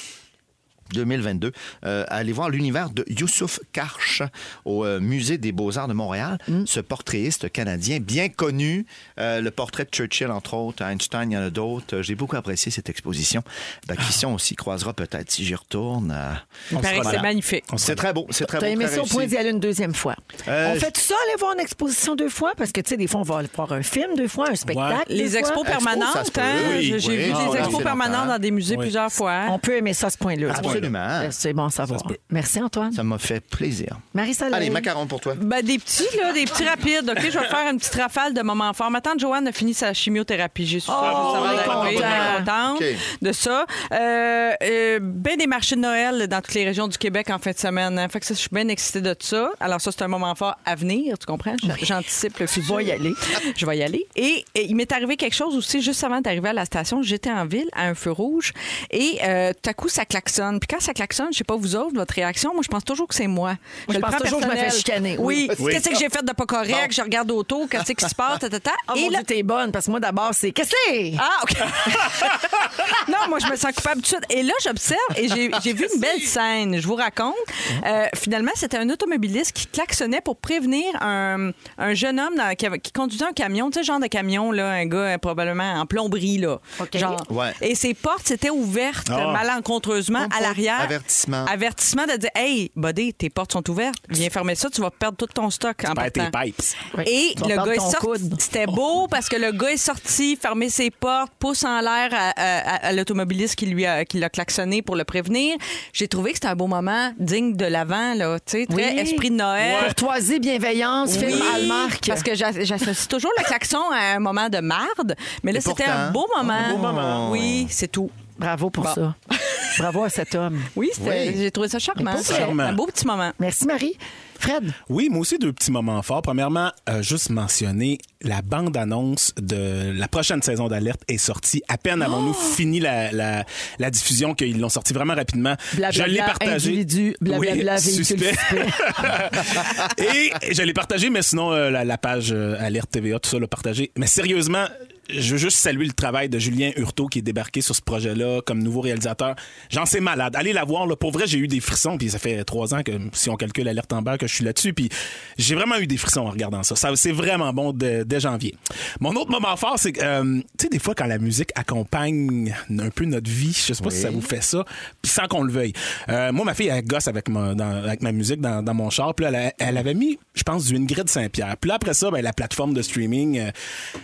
B: 2022, euh, à aller voir l'univers de Youssouf Karch au euh, Musée des Beaux-Arts de Montréal. Ce portraitiste canadien bien connu, euh, le portrait de Churchill, entre autres, Einstein, il y en a d'autres. Euh, J'ai beaucoup apprécié cette exposition. Bah, qui si on s'y croisera peut-être si j'y retourne. euh,
D: Il paraît que c'est magnifique.
B: C'est très beau, c'est très beau.
A: T'as aimé
B: très
A: ça au
B: réussi.
A: point d'y aller une deuxième fois.
B: Euh,
A: on fait tout ça, aller voir une exposition deux fois? Parce que, tu sais, des fois, on va aller voir un film deux fois, un spectacle. deux
D: Les
A: fois.
D: expos
B: Expo,
D: permanentes,
B: ça se peut.
D: hein?
B: Oui,
D: J'ai
B: oui.
D: vu
B: Ah,
D: des
B: oui.
D: expos
B: C'est
D: permanentes
B: longtemps.
D: dans des musées plusieurs fois. hein.
A: On peut aimer ça à ce point-là.
B: Ah, Absolument.
A: Euh, C'est bon à savoir. Merci, Antoine.
B: Ça m'a fait plaisir.
A: Marie-Soleil.
B: Allez, macaron pour toi.
D: Ben, des petits, là, des petits rapides. OK, je vais faire une petite rafale de moments forts. Ma tante Joanne a fini sa chimiothérapie. J'ai su ça.
A: Oh,
D: ça
A: on est
D: va d'arriver.
A: content.
D: Bien contente
B: OK.
D: de ça. Euh, euh, ben des marchés de Noël dans toutes les régions du Québec en fin de semaine. hein. Fait que ça, je suis bien excitée de ça. Alors ça, c'est un moment fort à venir, tu comprends? J'a- J'anticipe le futur.
A: vas y aller.
D: Je vais y aller. Et, et il m'est arrivé quelque chose aussi juste avant d'arriver à la station. J'étais en ville à un feu rouge et euh, tout à coup, ça klaxonne. Puis quand ça klaxonne, je sais pas vous autres, votre réaction, moi, je pense toujours que c'est moi.
A: je
D: le
A: pense
D: prends
A: toujours que je me fais
D: personnel.
A: chicaner, oui.
D: Oui.
A: Oui.
D: Qu'est-ce que j'ai fait de pas correct? Je regarde autour. Qu'est-ce qui se passe? Ta, ta, ta.
A: Ah,
D: Et
A: mon
D: là-
A: Dieu, t'es bonne, parce que moi, d'abord, c'est... Qu'est-ce que c'est?
D: ah,
A: *laughs*
D: OK. non, moi, je me sens coupable tout de suite. Et là, j'observe et j'ai- j'ai vu une belle scène. Je vous raconte. Euh, finalement, c'était un automobiliste qui klaxonnait pour prévenir un, un jeune homme dans- qui, avait- qui conduisait un camion, tu sais, genre de camion, là, un gars euh, probablement en plomberie. Là,
A: OK.
D: Genre.
B: Ouais.
D: Et ses portes s'étaient ouvertes euh, malencontreusement à l'arrière.
B: Avertissement.
D: Avertissement de dire Hey, buddy, tes portes sont ouvertes. Viens fermer ça, tu vas perdre tout ton stock en
F: Pète tes
D: partant.
F: pipes.
A: Oui.
D: Et
A: Tu vas
D: le
A: perdre
D: gars est
A: ton
D: sorti.
A: coude.
D: C'était beau parce que le gars est sorti, fermé ses portes, pouce en l'air à, à- à l'automobiliste qui lui a, qui l'a klaxonné pour le prévenir. J'ai trouvé que c'était un beau moment digne de l'avant, là. Tu sais, très
A: Oui.
D: esprit de Noël.
A: Courtoisie, bienveillance,
D: Oui,
A: film Hallmark.
D: Parce que j'a- j'associe toujours le klaxon à un moment de marde, mais là,
B: Et
D: c'était
B: pourtant, hein?
D: un beau moment.
B: un beau moment.
D: Oui, c'est tout.
A: Bravo pour
D: Bon.
A: *laughs* ça. Bravo à cet homme.
D: Oui, c'était-
B: Oui.
D: j'ai trouvé ça charmant.
A: Mais pour vrai.
D: Charmant. Un beau petit moment.
A: Merci, Marie. Fred,
F: Oui, moi aussi, deux petits moments forts. Premièrement, euh, juste mentionner la bande-annonce de la prochaine saison d'Alerte est sortie. À peine avons-nous
A: Oh!
F: fini la, la- la diffusion qu'ils l'ont sortie vraiment rapidement.
A: Blablabla,
F: je l'ai partagé.
A: individu, blablabla,
F: Oui,
A: véhicule suspect.
F: *laughs* Et je l'ai partagé, mais sinon, euh, la, la page euh, Alerte TVA, tout ça l'a partagé. Mais sérieusement, je veux juste saluer le travail de Julien Hurtaud qui est débarqué sur ce projet-là comme nouveau réalisateur. J'en sais malade. Allez la voir. Là. Pour vrai, j'ai eu des frissons. Puis ça fait trois ans que, si on calcule Alerte en bas, que je suis là-dessus. Puis j'ai vraiment eu des frissons en regardant ça. ça c'est vraiment bon de- dès janvier. Mon autre moment fort, c'est que, euh, tu sais, des fois, quand la musique accompagne un peu notre vie, je sais pas si ça vous fait ça, puis sans qu'on le veuille. Euh, moi, ma fille, elle gosse avec ma, dans- avec ma musique dans, dans mon char. Puis là, elle, a- elle avait mis, je pense, du Ingrid Saint-Pierre. Puis là, après ça, ben, la plateforme de streaming, euh,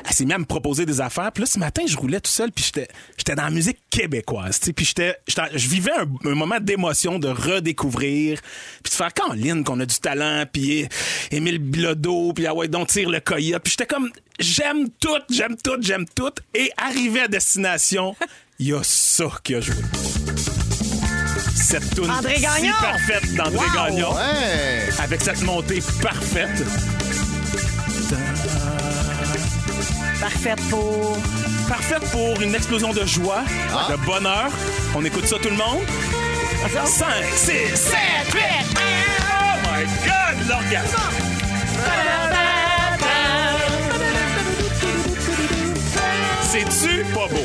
F: elle s'est mise à me proposer des affaires. Puis là, ce matin, je roulais tout seul, puis j'étais j'étais dans la musique québécoise. tu sais. Puis j'étais, j'étais- je vivais un, un moment d'émotion, de redécouvrir, puis de faire quand ligne qu'on a du talent, puis é- Émile Bilodeau, puis ah ouais, donc tire le coyote. Puis j'étais comme, j'aime tout, j'aime tout, j'aime tout. Et arrivé à destination, il y a ça qui a joué. Cette tune
A: André
F: si
A: Gagnon!
F: parfaite d'André Gagnon
B: Ouais.
F: avec cette montée parfaite.
A: Parfaite pour.
F: Parfaite pour une explosion de joie, de bonheur. On écoute ça tout le monde. 5, 6, 7, 8, oh my god, l'orgasme! C'est-tu pas beau?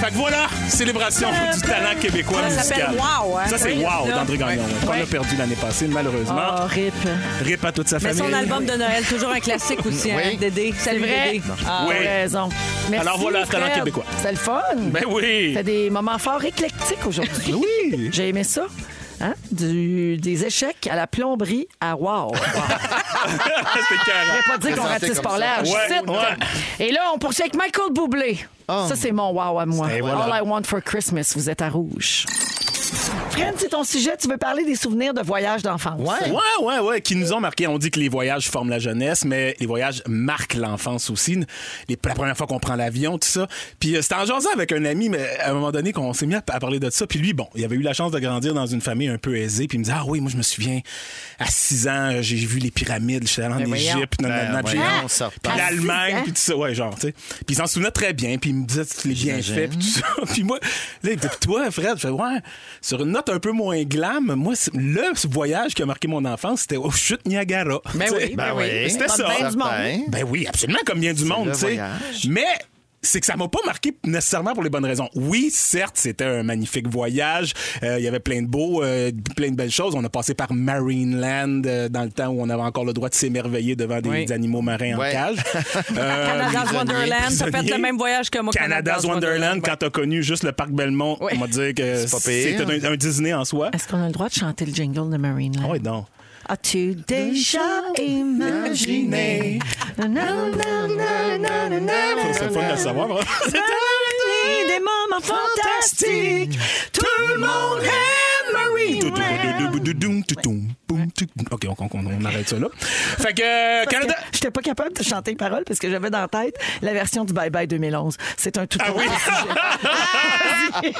F: Fait que voilà, célébration du talent québécois
D: Ça
F: musical.
D: s'appelle Wow, hein?
F: Ça, c'est
D: Oui,
F: Wow
D: là.
F: d'André Gagnon, hein,
D: Ouais.
F: qu'on a
D: Ouais. Ah.
F: perdu l'année passée, malheureusement.
A: Oh, rip.
F: Rip à toute sa
D: Mais
F: famille.
D: son album de Noël, toujours un classique aussi, hein,
B: Oui.
D: Dédé.
A: C'est
D: Salut
A: vrai.
D: Dédé. Ah,
F: Oui.
A: T'as raison. Merci,
F: Alors voilà, talent
A: Fred.
F: québécois.
A: C'est le fun.
F: Ben oui! *laughs*
A: T'as des moments forts éclectiques aujourd'hui.
F: Oui!
A: J'ai aimé ça. Hein? Du- des échecs à la plomberie à Wow.
D: Ah,
F: C'était Ah, carré.
A: pas dire qu'on
B: Présenté
A: ratisse
B: comme
A: par
B: ça.
A: large.
F: Ouais,
A: Cite.
F: ouais.
A: Et là, on poursuit avec Michael Bublé.
B: Oh.
A: Ça, c'est mon wow à moi.
B: Et voilà.
A: All I want for Christmas, vous êtes à rouge. Fred, c'est ton sujet. Tu veux parler des souvenirs de voyage d'enfance.
B: Ouais.
F: Ouais, ouais, ouais, qui nous ont marqué. On dit que les voyages forment la jeunesse, mais les voyages marquent l'enfance aussi. Les- la première fois qu'on prend l'avion, tout ça. Puis euh, c'était en jasant avec un ami, mais à un moment donné, qu'on s'est mis à, à parler de ça. Puis lui, bon, il avait eu la chance de grandir dans une famille un peu aisée. Puis il me disait, ah oui, moi, je me souviens, à 6 ans, euh, j'ai vu les pyramides, j'étais allé en Égypte, nan, nan,
B: Ben,
F: nan, puis-
B: voyons, ça
F: puis
B: repart.
F: l'Allemagne, puis tout ça. Ouais, genre, tu sais. Puis il s'en souvenait très bien, puis il me disait tous les bienfaits, puis tout ça. *laughs* Puis moi, là, il me dit, Puis toi, Fred, je fais, ouais, sur une note un peu moins glam, moi, c'est- le voyage qui a marqué mon enfance, c'était aux chutes Niagara.
D: Ben
F: Tu sais.
D: oui,
B: Ben oui.
F: C'était ça.
B: Certain.
F: Ben oui, absolument, comme bien du monde,
B: le
F: tu sais.
B: voyage.
F: Mais c'est que ça m'a pas marqué nécessairement pour les bonnes raisons. Oui, certes, c'était un magnifique voyage. Euh, Il y avait plein de beaux, euh, plein de belles choses. On a passé par Marineland euh, dans le temps où on avait encore le droit de s'émerveiller devant des
D: Oui.
F: animaux marins
B: Ouais.
F: en cage. Euh,
D: Canada's
B: prisonnier,
D: Wonderland, t'as fait
F: prisonnier.
D: le même voyage que moi.
F: Canada's Wonderland, quand t'as connu juste le parc Belmont,
D: Ouais.
F: on va dire que
B: C'est pas pire.
F: c'était un, un Disney en soi. Ah
A: Est-ce qu'on a le droit de chanter le jingle de Marine
F: Oui, non.
A: As-tu déjà imaginé?
F: Ça, C'est fun de le savoir. hein.
A: Des moments fantastiques.
F: Tout le monde aime Marie. OK, on, on- on arrête ça là. Fait que euh, Canada.
A: Parce que J'étais pas capable de chanter les paroles parce que j'avais dans la tête la version du Bye Bye 2011. C'est un tout
F: Ah
A: autre
F: oui! *laughs*
A: sujet.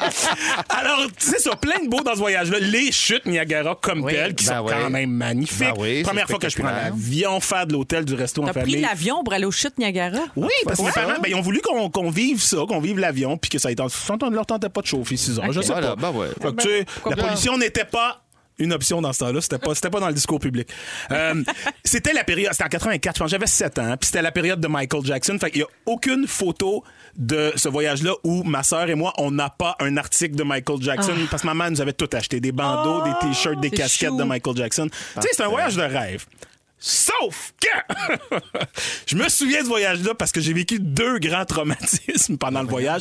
F: Alors, c'est ça, plein de beaux dans ce voyage-là. Les chutes Niagara comme telles, qui
B: ben
F: sont
B: oui.
F: quand même magnifiques.
B: Ben oui, c'est
F: Première fois que je prends
B: spectaculaire.
F: l'avion, faire de l'hôtel, du resto en
D: T'as pris
F: famille.
D: l'avion pour aller aux chutes Niagara?
F: Oui, parce que mes parents, ben, ils ont voulu qu'on qu'on vive ça, qu'on vive l'avion, puis que ça ait tenté- ça ne leur tentait pas de chauffer 6 heures. Je sais
B: Voilà,
F: pas.
B: ben ouais.
F: Fait que, tu sais, la pollution n'était pas une option dans ce temps-là. C'était pas, c'était pas dans le discours public. *laughs* Euh, c'était la période, c'était en 84, je pense, j'avais 7 ans, puis c'était la période de Michael Jackson. Fait qu'il y a aucune photo de ce voyage-là où ma sœur et moi, on n'a pas un article de Michael Jackson parce que maman nous avait tout acheté, des bandeaux, des t-shirts, des
D: c'est
F: casquettes
D: chou.
F: de Michael Jackson. Tu sais, c'est un voyage de rêve. Sauf que *laughs* je me souviens de ce voyage-là parce que j'ai vécu deux grands traumatismes pendant le voyage.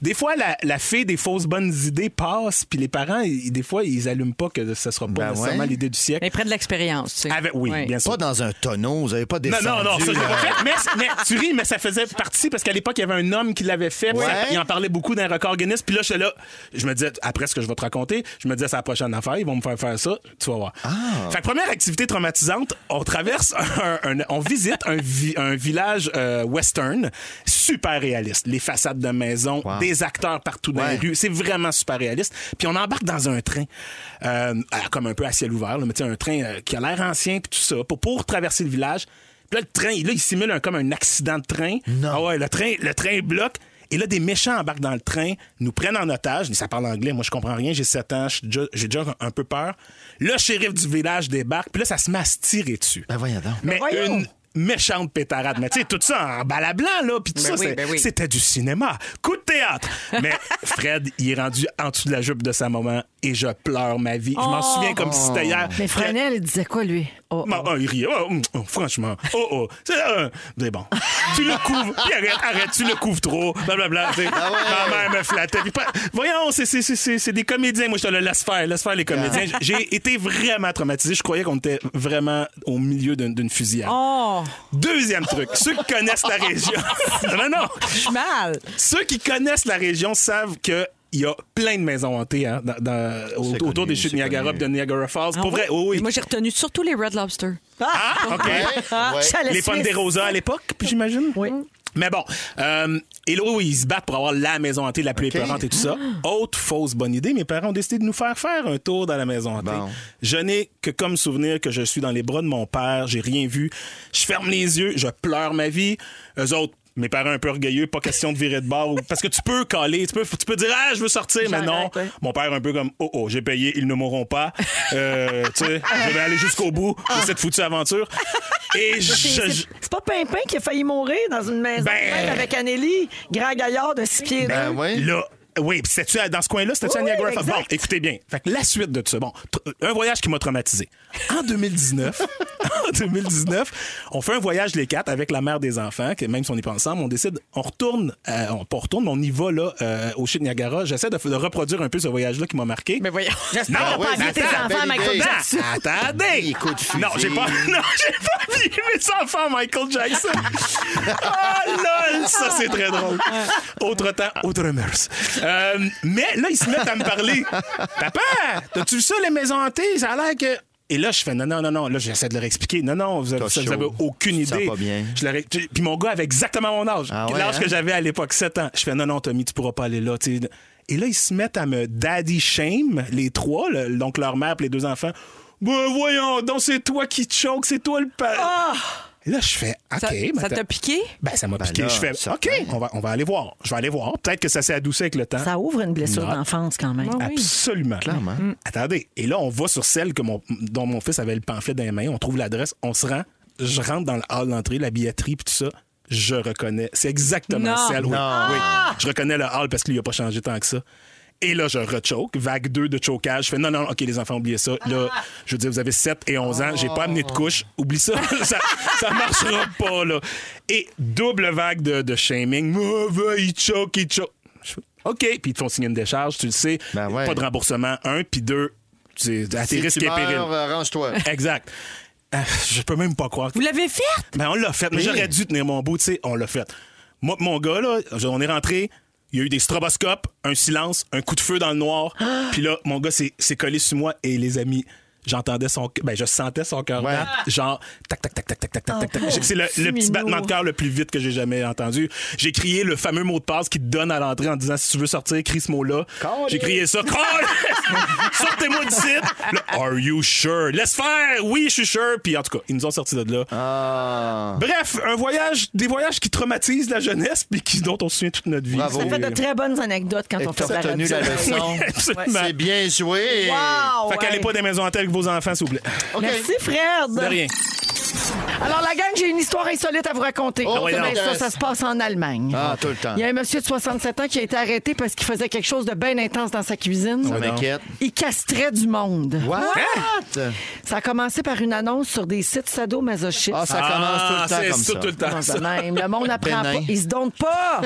F: Des fois, la, la fée des fausses bonnes idées passe, puis les parents, ils- des fois, ils allument pas que ce sera pas
B: Ben
F: nécessairement
B: ouais.
F: l'idée du siècle.
D: Mais près de l'expérience, tu sais.
F: Avec- oui,
D: Ouais.
F: bien sûr.
B: Pas dans un tonneau, vous n'avez pas
F: Non,
B: descendu. euh,
F: non, non, ça, je l'ai
B: là.
F: pas fait. Mais, mais tu ris, mais ça faisait partie parce qu'à l'époque, il y avait un homme qui l'avait fait. puis
B: Ouais.
F: ça- il en parlait beaucoup d'un record Guinness. Puis là, j'étais là. Je me disais, après ce que je vais te raconter, je me disais, c'est la prochaine affaire. Ils vont me faire faire ça. Tu vas voir.
B: Ah.
F: Fait que première activité traumatisante, on traverse un. un- on visite un, vi- un village euh, western, super réaliste. Les façades de maisons,
B: Wow.
F: des acteurs partout dans les
B: Ouais.
F: rues. C'est vraiment super réaliste. Puis on embarque dans un train, euh, à- comme un peu à ciel ouvert, là, mais tu sais, un train euh, qui a l'air ancien, puis tout ça, pour, pour traverser le village. Puis là, le train, là, il simule un, comme un accident de train. Ah ouais, le train, le train bloque. Et là, des méchants embarquent dans le train, nous prennent en otage. Ça parle anglais, moi, je comprends rien, j'ai 7 ans, je suis déjà- j'ai déjà un peu peur. Le shérif du village débarque, puis là, ça se met à se tirer dessus.
B: Ben voyons donc.
F: Mais une méchante pétarade. Mais tu sais, tout ça en balablant, là, puis tout ça,
D: oui,
F: c'est-
D: ben oui.
F: c'était du cinéma. Coup de théâtre. Mais Fred, il est rendu en dessous de la jupe de sa maman et je pleure ma vie. Je m'en souviens comme si c'était hier.
A: Mais Franel, il disait quoi, lui? Oh,
F: Ma-
A: oh.
F: oh, il riait. Oh, mm, oh, franchement. Oh, oh. C'est euh, mais bon. Tu le couvres. Puis arrête, arrête, tu le couvres trop. Blablabla. tu sais. Ma mère me flattait. Puis pas- voyons, c'est- c'est- c'est c'est- c'est des comédiens. Moi, je te le laisse faire. Laisse faire les comédiens. J'ai été vraiment traumatisé. Je croyais qu'on était vraiment au milieu d'une d'une fusillade.
D: Oh,
F: Deuxième truc, ceux qui connaissent la
D: *laughs*
F: région. non, non.
D: je suis mal.
F: Ceux qui connaissent la région savent que. Il y a plein de maisons hantées hein, dans- dans- au-
B: C'est
F: autour
B: connu,
F: des chutes
B: c'est
F: Niagara
B: connu.
F: puis de Niagara Falls.
D: Ah
F: Pour
D: ouais?
F: vrai, oui, oui.
D: Moi, j'ai retenu surtout les Red Lobster.
F: Ah, OK.
B: Ouais, ouais.
A: Chalet
F: Les pommes
A: Suisse.
F: des rosas à l'époque, puis j'imagine?
A: Oui.
F: Mais bon, euh, et là, oui, ils se battent pour avoir la maison hantée la plus
B: OK.
F: épeurante et tout ça.
A: Ah.
F: Autre fausse bonne idée, mes parents ont décidé de nous faire faire un tour dans la maison hantée.
B: Bon.
F: Je n'ai que comme souvenir que je suis dans les bras de mon père, j'ai rien vu. Je ferme les yeux, je pleure ma vie. Eux autres, mes parents un peu orgueilleux, pas question de virer de bord. ou- Parce que tu peux caler, tu peux, tu peux dire Ah, je veux sortir, mais non.
A: J'arrête, ouais.
F: Mon père un peu comme Oh oh, j'ai payé, ils ne mourront pas. Euh, tu sais, je vais aller jusqu'au bout de cette foutue aventure. Et je.
A: C'est
F: je-
A: c'est pas Pimpin qui a failli mourir dans une maison
F: Ben-
A: de même avec Anneli, grand gaillard de six pieds.
B: Ben
A: deux.
B: oui.
F: Là, oui, puis c'était-tu à- dans ce coin-là, c'était-tu à
A: Oui,
F: Niagara
A: oui,
F: Falls? Bon,
A: exact.
F: écoutez bien. Fait que la suite de tout ça. Bon, tr- un voyage qui m'a traumatisé. En 2019, *laughs* en 2019, on fait un voyage les quatre avec la mère des enfants, que même si on n'est pas ensemble, on décide, on retourne, euh, on pas retourne, mais on y va là euh, au chute Niagara. J'essaie de, f- de reproduire un peu ce voyage-là qui m'a marqué.
D: Mais voyons.
F: Non,
B: Ah ouais,
F: pas
B: mais
F: invité tes
B: attends, belle
F: enfants à Michael
B: idée.
F: Jackson. Attendez!
B: Des coups de fusil.
F: Non, j'ai pas, non, j'ai pas mis mes enfants à Michael Jackson. Ah, lol! Ça, c'est très drôle. Autre temps, autre mœurs. Euh, mais là, ils se mettent à me parler. Papa, t'as-tu vu ça, les maisons hantées? Ça a l'air que. Et là, je fais non, non, non, non. Là, j'essaie de leur expliquer. Non, non, vous avez,
B: T'as
F: ça, vous
B: chaud.
F: avez aucune
B: Tu te sens
F: idée.
B: pas bien.
F: Je leur ai- tu- Puis mon gars avait exactement mon âge.
B: Ah ouais,
F: L'âge
B: hein?
F: que j'avais à l'époque, 7 ans. Je fais non, non, Tommy, tu pourras pas aller là. tu sais. Et là, ils se mettent à me daddy shame, les trois, le- donc leur mère et les deux enfants. Ben voyons, donc c'est toi qui te choque, c'est toi le père. Et là, je fais OK.
D: Ah! Ça
F: mais
D: ça
F: attends.
D: t'a piqué?
F: Ben, ça m'a piqué.
B: là,
F: je fais
B: ça-
F: OK, on va, on va aller voir. Je vais aller voir. Peut-être que ça s'est adouci avec le temps.
A: Ça ouvre une blessure
F: Non.
A: d'enfance quand même.
D: Ah oui.
F: Absolument.
B: Clairement.
F: Mm. Attendez. Et là, on va sur celle que mon, dont mon fils avait le pamphlet dans les mains. On trouve l'adresse, on se rend. Je rentre dans le hall d'entrée, la billetterie, puis tout ça. Je reconnais. C'est exactement
D: Non.
F: celle. Oui.
B: Non.
F: oui. Je reconnais le hall parce qu'il n'a pas changé tant que ça. Et là, je rechoke. Vague 2 de chocage. Je fais non, non, OK, les enfants, oubliez ça. Là,
D: Ah.
F: je veux dire, vous avez 7 et 11 ans. J'ai pas amené de
B: Oh.
F: couche. Oublie ça. *laughs* ça. Ça marchera pas, là. Et double vague de, de shaming. Oh, va, il choke, il choke. Je fais, OK. Puis ils te font signer une décharge, tu le sais.
B: Ben ouais.
F: Pas de remboursement, un, puis deux, c'est à tes
B: Si
F: risques
B: tu
F: et périls.
B: meurs, euh, range-toi.
F: Exact. Euh, je peux même pas croire. que-
D: Vous l'avez fait?
F: Ben, on l'a fait, mais
B: Oui.
F: j'aurais dû tenir mon bout, tu sais, on l'a fait. Moi, mon gars, là, on est rentré, il y a eu des stroboscopes, un silence, un coup de feu dans le
B: *gasps*
F: noir, puis là, mon gars s'est s'est collé sur moi et les amis. J'entendais son ben je sentais son cœur
B: Ouais. Oh,
F: battre, genre tac tac tac tac tac tac tac tac, tac. J'ai- C'est le, le petit
A: minou.
F: battement de cœur le plus vite que j'ai jamais entendu. J'ai crié le fameux mot de passe qui te donne à l'entrée en disant si tu veux sortir, crie ce mot-là. J'ai crié ça. Call!
B: *laughs*
F: Sortez-moi d'ici. Là, Are you sure? Laisse faire. Oui, je suis sûr. Puis en tout cas, ils nous ont sortis de là.
B: Ah.
F: Bref, un voyage, des voyages qui traumatisent la jeunesse puis qui, dont on se souvient toute notre vie.
B: Bravo.
A: Ça fait
F: *laughs*
A: de très bonnes anecdotes quand
B: Et
A: on fait
B: t'as
A: ça.
B: retenu la leçon.
F: Absolument.
B: C'est bien joué.
A: Wow!
F: Fait qu'allez
A: ouais.
F: pas des maisons hantées avec vos enfants, s'il vous plaît.
B: OK.
A: Merci, Fred.
F: De rien.
A: Alors, la gang, j'ai une histoire insolite à vous raconter.
B: Oh,
A: Ben,
B: oui,
A: ça,
B: donc.
A: ça se passe en Allemagne.
B: Ah, tout le temps.
A: Il y a un monsieur de 67 ans qui a été arrêté parce qu'il faisait quelque chose de bien intense dans sa cuisine.
B: Ça m'inquiète.
A: Il castrait du monde.
B: What? Hein?
A: Ça a commencé par une annonce sur des sites sadomasochistes.
B: Ah, ça commence
F: Ah,
B: tout
F: c'est
B: le temps comme
F: ça,
B: ça.
F: tout le temps.
A: Non,
F: ça.
A: de même.
B: *laughs*
A: Le monde apprend
B: Bénin.
A: pas. Il se
B: *laughs*
A: donne pas.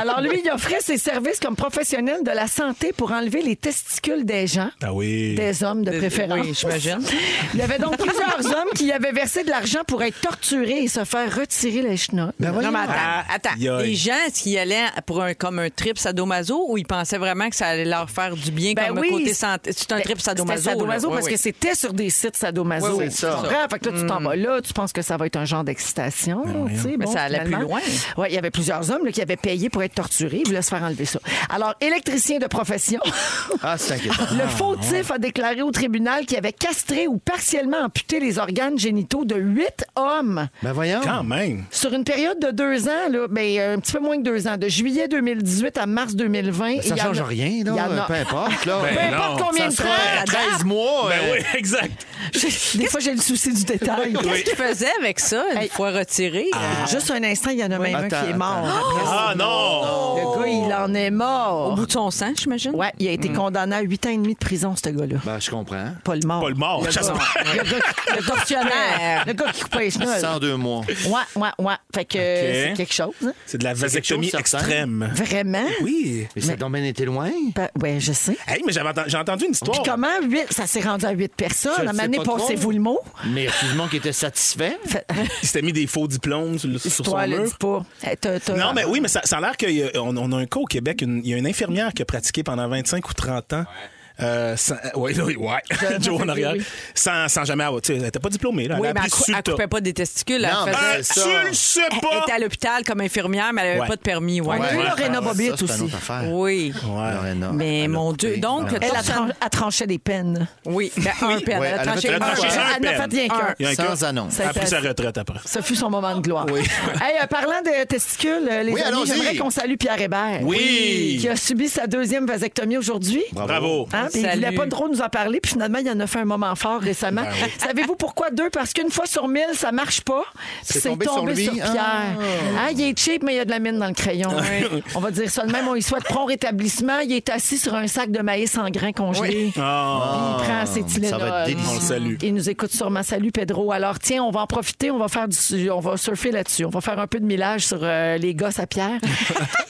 A: Alors lui, il offrait ses services comme professionnel de la santé pour enlever les testicules des gens.
F: Ah oui.
A: Des hommes de
D: Des-
A: préférence.
D: oui, j'imagine.
A: *laughs* Il y avait donc plusieurs hommes qui y avaient versé de l'argent pour être torturés et se faire retirer les chenottes.
B: Ben
D: Non, mais attends, attends.
F: Aïe, aïe.
D: Les gens, est-ce qu'ils allaient pour un, comme un trip sadomaso ou ils pensaient vraiment que ça allait leur faire du bien
A: Ben
D: comme
A: oui. ben,
D: côté santé? C'est un trip sadomaso.
A: C'était sadomaso
D: là.
A: parce
D: Oui,
A: que c'était sur des sites sadomaso.
B: Oui, oui, c'est ça.
A: Tu comprends? Fait que là, tu t'en vas là, tu penses que ça va être un genre d'excitation.
B: Ben
A: tu sais,
D: Mm. Mais
A: bon,
D: ça allait plus
A: finalement.
D: loin.
A: Ouais, il y avait plusieurs hommes là, qui avaient payé pour être torturés. Ils voulaient se faire enlever ça. Alors, électricien de profession.
B: *laughs* Ah, c'est inquiétant.
A: Le fautif a déclaré au tribunal qu'il avait castré ou partiellement amputé les organes génitaux de huit hommes
B: Ben voyons.
F: Quand même.
A: sur une période de deux ans, là, ben, euh, un petit peu moins que deux ans, de juillet 2018 à mars 2020.
B: Ben, Ça
A: il y en
B: change
A: a-
B: rien,
A: il y en
B: là.
A: a-
B: Peu importe, là.
F: Ben,
A: Peu importe
F: non,
A: combien
B: ça
A: de temps.
B: sera *laughs* à 13 mois.
F: Ben
B: euh,
F: oui, *laughs* exact.
A: *laughs* Des fois, j'ai le souci du détail.
D: Qu'est-ce qu'ils faisaient avec ça une
A: Hey.
D: fois retiré?
A: Juste un instant, il y en a même un
B: Attends,
A: qui est mort. après ça.
F: Ah non.
A: Le gars, il en est
D: Au
A: mort.
D: bout de son sang, j'imagine?
A: Ouais, il a été condamné à 8 ans et demi de prison, ce gars-là.
B: Ben, je comprends.
A: Pas le mort.
F: Pas le mort. j'espère.
A: Le gars, le tortionnaire. le gars qui coupait les chenottes.
B: 102 mois.
A: Ouais, ouais, ouais. Fait
F: Ok.
A: que euh, c'est quelque chose. hein.
F: C'est de la vasectomie
B: quelque chose, certain.
F: extrême.
A: Vraiment?
F: Oui.
B: Mais ça a donc bien été loin.
A: Pa- Ouais, je sais.
F: Hey, mais j'avais enten- j'ai entendu une histoire.
A: Puis comment huit- ça s'est rendu à 8 personnes?
B: Je
A: À un
B: le
A: moment
B: sais
A: donné,
B: pas trop.
A: passez-vous le mot?
B: Mais il y a tout le monde qui était satisfait.
F: Il s'était mis des faux diplômes sur, le- sur
A: Toi,
F: son
A: le
F: mur.
A: dis pas. Eh, t'as- t'as-
F: Non, mais oui, euh, mais ça, ça a l'air qu'on on a un cas au Québec. une- Il y a une infirmière qui a pratiqué pendant 25 ou 30 ans. Euh, sans- oui, oui, ouais. *laughs* Joe en arrière.
D: oui.
F: Sans, sans jamais avoir. Tu sais, elle n'était pas diplômée, là.
D: Oui,
F: elle
D: mais
F: a
D: elle,
F: appris
D: cou-
F: sur le
D: elle
F: tas.
D: coupait pas des testicules.
F: Non,
D: elle
F: ben, tu le sais
D: Elle-
F: pas!
D: Elle était à l'hôpital comme infirmière, mais elle n'avait
F: Ouais.
D: pas de permis. Ouais.
B: Ouais, ouais,
A: Lorena
B: ça,
A: Bobbitt
B: c'est une
A: aussi.
B: autre affaire.
D: Oui.
B: Lorena,
D: Mais
B: elle a
D: mon Dieu.
B: coupé. Ah.
D: Donc, le
A: Elle a,
D: torchon-
A: tran- a tranché des peines. Ah,
D: Oui, ben, un père.
B: Ouais,
D: elle a
B: elle a fait
D: tranché un
B: la
D: père.
B: tranche.
F: un
A: Elle n'a
F: pen.
A: fait rien qu'un.
B: Il y a un
A: Ça-
B: cas- Sans annonce.
A: ça a
F: Elle a pris
A: été-
F: sa retraite après.
A: Ce fut son moment de gloire.
B: Oui.
A: Hey, euh, parlant de testicules, euh, les
B: Oui,
A: amis,
B: allons-y.
A: j'aimerais qu'on salue Pierre Hébert.
F: Oui.
A: Qui a subi sa deuxième vasectomie aujourd'hui.
F: Bravo.
A: Hein, puis il
D: Salut.
A: voulait pas trop nous en parler, puis finalement, il en a fait un moment fort
B: Ben
A: récemment. Savez-vous pourquoi deux? Parce qu'une fois sur mille, ça marche pas. Puis
B: C'est
A: c'est tombé,
B: tombé sur lui. Ah.
A: sur, Pierre. Hein, il est cheap, mais il y a de la mine dans le crayon. On va dire ça de même. On lui souhaite prompt rétablissement. Il est assis sur un sac de maïs en grains congelés.
F: Ah,
A: Il prend ses
B: Ça va
A: Tylenol.
B: être
F: on le
B: délicieux.
F: salue.
A: Il nous écoute sûrement. Salut Pedro. Alors tiens, on va en profiter, on va faire du, on va surfer là-dessus. On va faire un peu de millage sur euh, les gosses à Pierre.